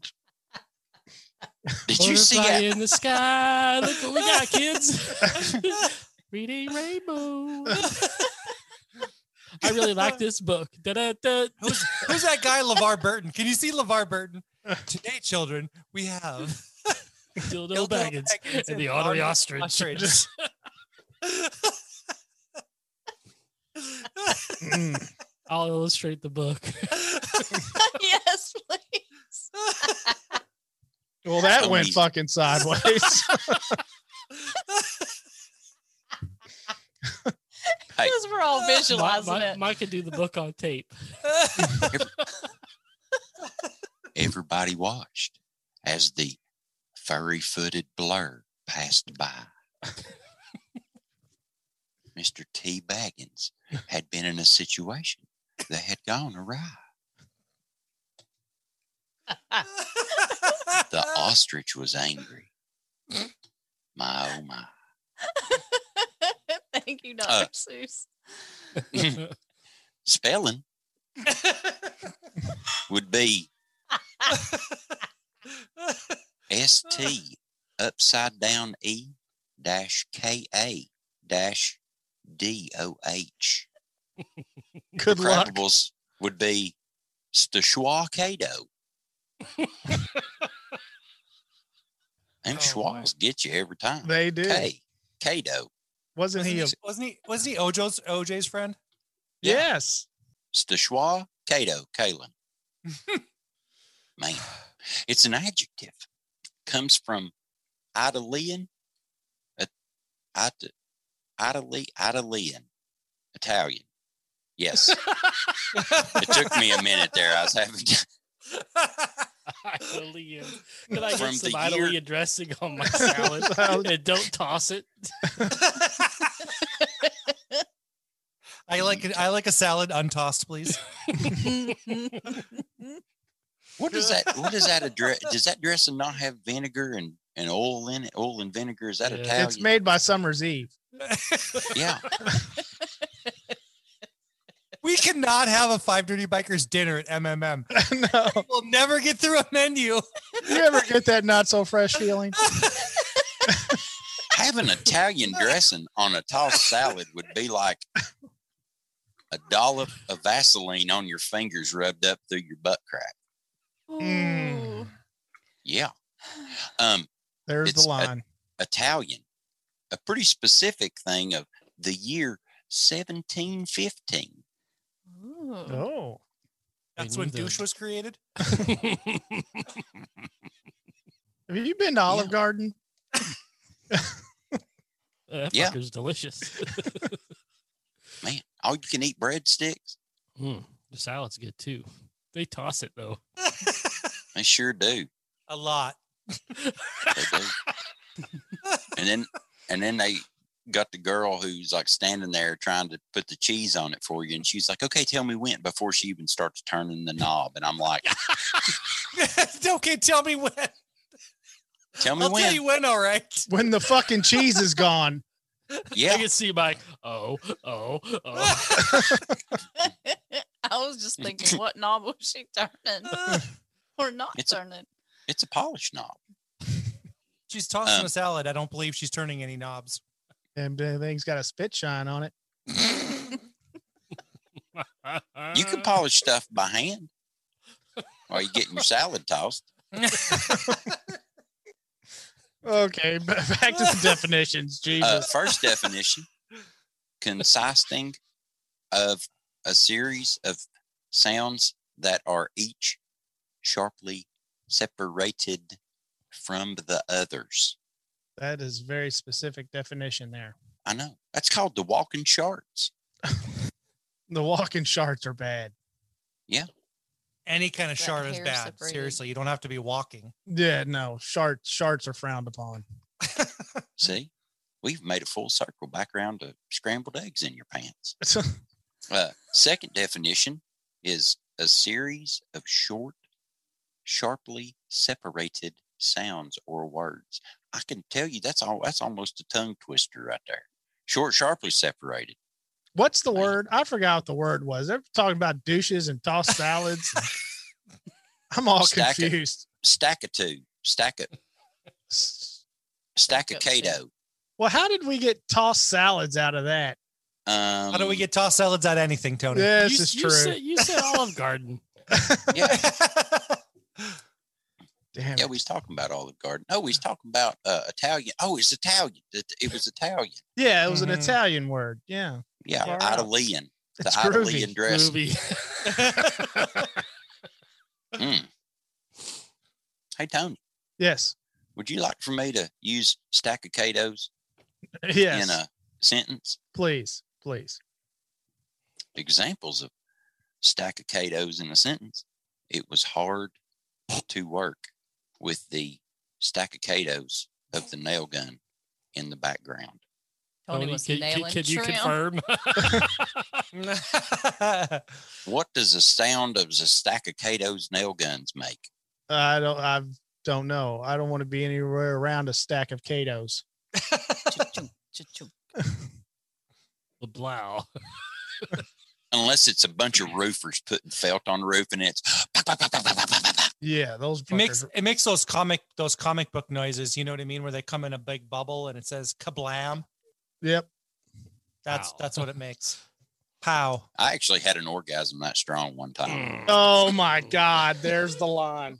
Speaker 3: Did you see
Speaker 5: Butterfly
Speaker 3: it?
Speaker 5: in the sky? Look what we got, kids. Reading rainbow. I really like this book. Da-da-da.
Speaker 6: Who's, who's that guy, LeVar Burton? Can you see LeVar Burton? Today, children, we have.
Speaker 5: Dildo
Speaker 6: Dildo
Speaker 5: Baggins
Speaker 6: Baggins
Speaker 5: and the honorary ostrich.
Speaker 6: ostrich.
Speaker 1: Mm.
Speaker 5: I'll illustrate the book.
Speaker 2: yes, please.
Speaker 1: Well, that
Speaker 3: Oh,
Speaker 1: went
Speaker 3: he's-
Speaker 1: fucking sideways.
Speaker 3: Hey.
Speaker 2: Because we're all
Speaker 5: Mike,
Speaker 2: visualizing
Speaker 5: Mike,
Speaker 2: it.
Speaker 5: Mike could do the book on tape.
Speaker 3: Everybody watched as the furry footed blur passed by. Mr. T. Baggins had been in a situation that had gone awry. The ostrich was angry. My oh my.
Speaker 2: Thank you, Dr.
Speaker 3: Uh,
Speaker 2: Seuss.
Speaker 3: Spelling would be ST upside down E dash KA dash DOH.
Speaker 1: Good luck.
Speaker 3: Crabbles would be Stashwakado. Them
Speaker 6: Oh,
Speaker 3: schwas get you every time.
Speaker 1: They do.
Speaker 3: K. Kato.
Speaker 1: Wasn't he? A,
Speaker 6: wasn't he? Wasn't he Ojo's OJ's friend?
Speaker 3: yeah.
Speaker 1: Yes.
Speaker 3: Stashwa Cato Kalen. Man, it's an adjective. Comes from Italian, uh, Ita- Italy, Italian, Italian. Yes, it took me a minute there. I was having
Speaker 5: Italian. Could I get
Speaker 3: From
Speaker 5: some
Speaker 3: the year-
Speaker 5: Italian dressing on my salad and don't toss it?
Speaker 6: I like it. I like a salad untossed, please.
Speaker 3: what does that? What does that address? Does that dressing not have vinegar and, and oil in it? Oil and vinegar is that
Speaker 5: Yeah. It's
Speaker 3: Italian?
Speaker 1: it's made by Summer's Eve.
Speaker 3: yeah,
Speaker 6: We cannot have a five dirty bikers dinner at MMM.
Speaker 1: no,
Speaker 6: We'll never get through a menu.
Speaker 1: you ever get that not so fresh feeling?
Speaker 3: having Italian dressing on a tossed salad would be like a dollop of Vaseline on your fingers rubbed up through your butt crack.
Speaker 1: Mm.
Speaker 2: Ooh.
Speaker 3: Yeah. Um,
Speaker 1: There's
Speaker 3: It's
Speaker 1: the
Speaker 3: a-
Speaker 1: line.
Speaker 3: Italian, a pretty specific thing of the year 1715.
Speaker 2: Ooh.
Speaker 1: oh,
Speaker 6: That's
Speaker 5: knew
Speaker 6: when
Speaker 5: that.
Speaker 6: douche was created.
Speaker 1: have you been to Olive
Speaker 3: Yeah.
Speaker 1: Garden?
Speaker 5: That
Speaker 3: Yeah.
Speaker 5: fucker's delicious.
Speaker 3: Man, all you can eat breadsticks?
Speaker 5: Mm, the salad's good too. They toss it though.
Speaker 3: They sure do.
Speaker 6: A lot.
Speaker 3: They do. and then, and then they got the girl who's like standing there trying to put the cheese on it for you. And she's like, okay, tell me when before she even starts turning the knob. And I'm like,
Speaker 6: okay, tell me when.
Speaker 3: tell me
Speaker 6: I'll
Speaker 3: when.
Speaker 6: tell you when, all right.
Speaker 1: When the fucking cheese is gone.
Speaker 5: I
Speaker 3: yeah.
Speaker 5: can see Mike. Oh, oh, oh.
Speaker 2: I was just thinking, what knob was she turning or not
Speaker 3: It's a-
Speaker 2: turning?
Speaker 3: It's a polish knob.
Speaker 6: She's tossing
Speaker 3: Um,
Speaker 6: a salad. I don't believe she's turning any knobs.
Speaker 1: And the thing's got a spit shine on it.
Speaker 3: You can
Speaker 6: Uh-huh.
Speaker 3: polish stuff by hand while you're getting your salad tossed.
Speaker 1: Okay, b- back to the definitions.
Speaker 3: Uh,
Speaker 1: Jesus.
Speaker 3: first definition consisting of a series of sounds that are each sharply separated from the others.
Speaker 1: that is very specific definition there.
Speaker 3: I know that's called the walking charts.
Speaker 1: The walking shards are bad.
Speaker 6: Any kind of
Speaker 2: That
Speaker 6: shard is
Speaker 2: hair
Speaker 6: bad.
Speaker 2: separated.
Speaker 6: Seriously, you don't have to be walking.
Speaker 1: Yeah, no, shard shards are frowned upon.
Speaker 3: See, we've made a full circle back around to scrambled eggs in your pants. Uh, second definition is a series of short, sharply separated sounds or words. I can tell you that's all that's almost a tongue twister right there. Short, sharply separated.
Speaker 1: What's the word? I forgot what the word was. They're talking about douches and tossed salads. I'm all
Speaker 3: Stack it.
Speaker 1: confused.
Speaker 3: Stack of two. Stack it. Stack of Cato.
Speaker 1: Well, how did we get tossed salads out of that?
Speaker 3: Um,
Speaker 6: How do we get tossed salads out of anything, Tony?
Speaker 1: Yes,
Speaker 5: you,
Speaker 1: it's
Speaker 5: you
Speaker 1: true.
Speaker 5: Said, you said Olive Garden.
Speaker 1: Damn.
Speaker 3: Um, Yeah,
Speaker 1: it.
Speaker 3: we was talking about Olive Garden. Oh, we was talking about uh, Italian. Oh, it's Italian. It, it was Italian.
Speaker 1: yeah, it was
Speaker 6: Mhm.
Speaker 1: an Italian word. Yeah.
Speaker 3: Yeah,
Speaker 1: Yeah.
Speaker 3: Italian. The
Speaker 1: It's groovy.
Speaker 3: Italian dress.
Speaker 5: Movie.
Speaker 3: Mm. Hey Tony,
Speaker 1: Yes.
Speaker 3: would you like for me to use stack of Cato's
Speaker 1: Yes.
Speaker 3: in a sentence?
Speaker 1: please. Please.
Speaker 3: Examples of stack of Cato's in a sentence. It was hard to work with the stack of Cato's of the nail gun in the background.
Speaker 2: Tony was
Speaker 5: can, can-
Speaker 2: nailing
Speaker 5: can you
Speaker 2: shrimp.
Speaker 5: confirm?
Speaker 3: What does the sound of the stack of Cato's nail guns make?
Speaker 1: I don't. I don't know. I don't want to be anywhere around a stack of Katos.
Speaker 2: Choo-choo, choo-choo.
Speaker 5: Blau.
Speaker 3: Unless it's a bunch of roofers putting felt on the roof and it's
Speaker 1: Yeah, those.
Speaker 6: It makes
Speaker 1: fuckers-
Speaker 6: it makes those comic those comic book noises. You know what I mean? Where they come in a big bubble and it says kablam.
Speaker 1: Yep.
Speaker 6: That's
Speaker 5: Pow.
Speaker 6: that's what it makes. Pow.
Speaker 3: I actually had an orgasm that strong one time.
Speaker 1: Oh my God! There's the line.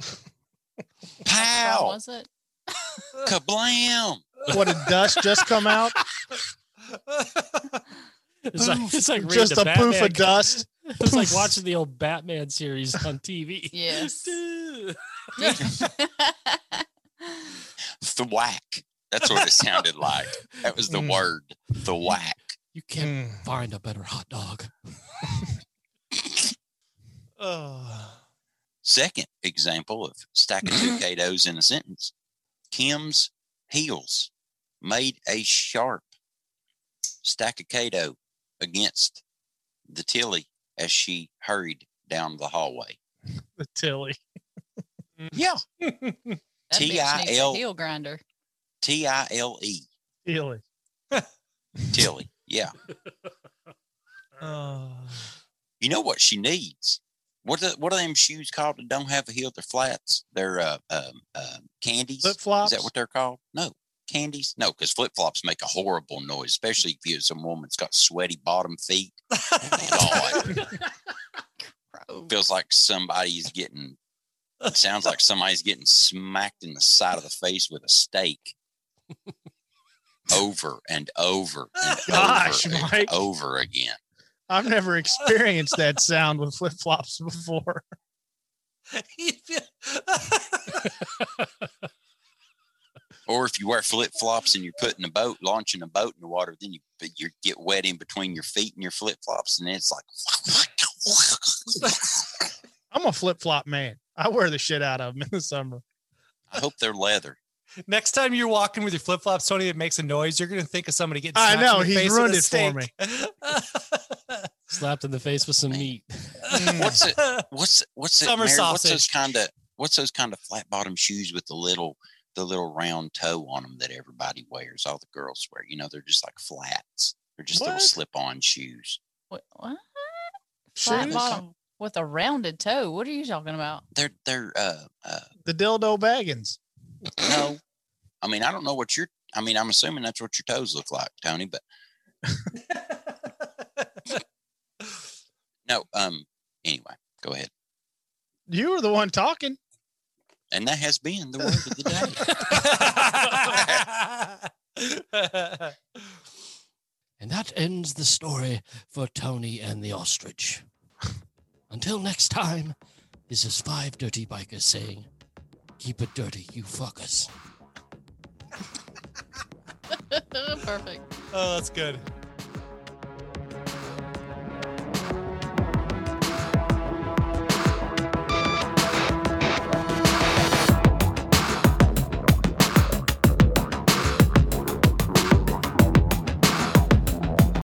Speaker 2: How strong
Speaker 3: Pow!
Speaker 2: was it?
Speaker 3: Kablam!
Speaker 1: What did dust just come out?
Speaker 5: It's like, it's like reading
Speaker 1: just
Speaker 5: the
Speaker 1: a poof
Speaker 5: Batman-
Speaker 1: of dust.
Speaker 5: It's like watching the old Batman series on TV.
Speaker 2: Yes.
Speaker 3: Thwack. That's what it sounded like. That was the
Speaker 1: Mm.
Speaker 3: word. Thwack.
Speaker 5: you can't
Speaker 1: Hmm.
Speaker 5: find a better hot dog.
Speaker 6: Oh.
Speaker 3: Second example of stacking two Kato's in a sentence. Kim's heels made a sharp stack of Kato against the Tilly as she hurried down the hallway.
Speaker 1: The Tilly.
Speaker 3: Yeah.
Speaker 2: That bitch needs a
Speaker 3: T-I-L.
Speaker 2: Heel grinder.
Speaker 3: T I L E.
Speaker 1: Tilly.
Speaker 3: Tilly. Yeah.
Speaker 6: Oh.
Speaker 3: You know what she needs? What are, what are them shoes called that don't have a heel? They're flats. They're uh, um, um, candies.
Speaker 1: Flip flops.
Speaker 3: Is that what they're called? No, candies. No, because flip flops make a horrible noise, especially if you're some woman's got sweaty bottom feet. God. Feels like somebody's getting. It sounds like somebody's getting smacked in the side of the face with a stake. Over and over and
Speaker 1: Gosh,
Speaker 3: over, and
Speaker 1: Mike.
Speaker 3: over again.
Speaker 1: I've never experienced that sound with flip flops before.
Speaker 3: Or if you wear flip flops and you're putting a boat, launching a boat in the water, then you but you get wet in between your feet and your flip flops, and then it's like.
Speaker 1: I'm a flip flop man. I wear the shit out of them in the summer.
Speaker 3: I hope they're leather.
Speaker 6: Next time you're walking with your flip flops, Tony, that makes a noise, you're gonna think of somebody getting.
Speaker 1: I
Speaker 6: slapped in
Speaker 1: know,
Speaker 6: the
Speaker 1: he's
Speaker 6: face with
Speaker 1: ruined
Speaker 6: a
Speaker 1: it for
Speaker 6: steak.
Speaker 5: Slapped in the face with some meat.
Speaker 3: What's it? What's what's it?
Speaker 6: Summer
Speaker 3: Mary, What's those
Speaker 6: sausage.
Speaker 3: kind of what's those kind of flat bottom shoes with the little the little round toe on them that everybody wears? All the girls wear. You know, they're just like flats. They're just little
Speaker 1: What?
Speaker 3: slip on shoes.
Speaker 2: What? what?
Speaker 1: Shoes?
Speaker 2: Flat bottom with a rounded toe. What are you talking about?
Speaker 3: They're they're uh, uh
Speaker 1: The dildo baggins.
Speaker 3: no. I mean, I don't know what your. I mean, I'm assuming that's what your toes look like, Tony. But no. Um. Anyway, go ahead.
Speaker 1: You were the one talking.
Speaker 3: And that has been the word of the day.
Speaker 5: And that ends the story for Tony and the ostrich. Until next time, this is Five Dirty Bikers saying, Keep it dirty, you fuckers.
Speaker 2: Perfect.
Speaker 6: oh, that's good.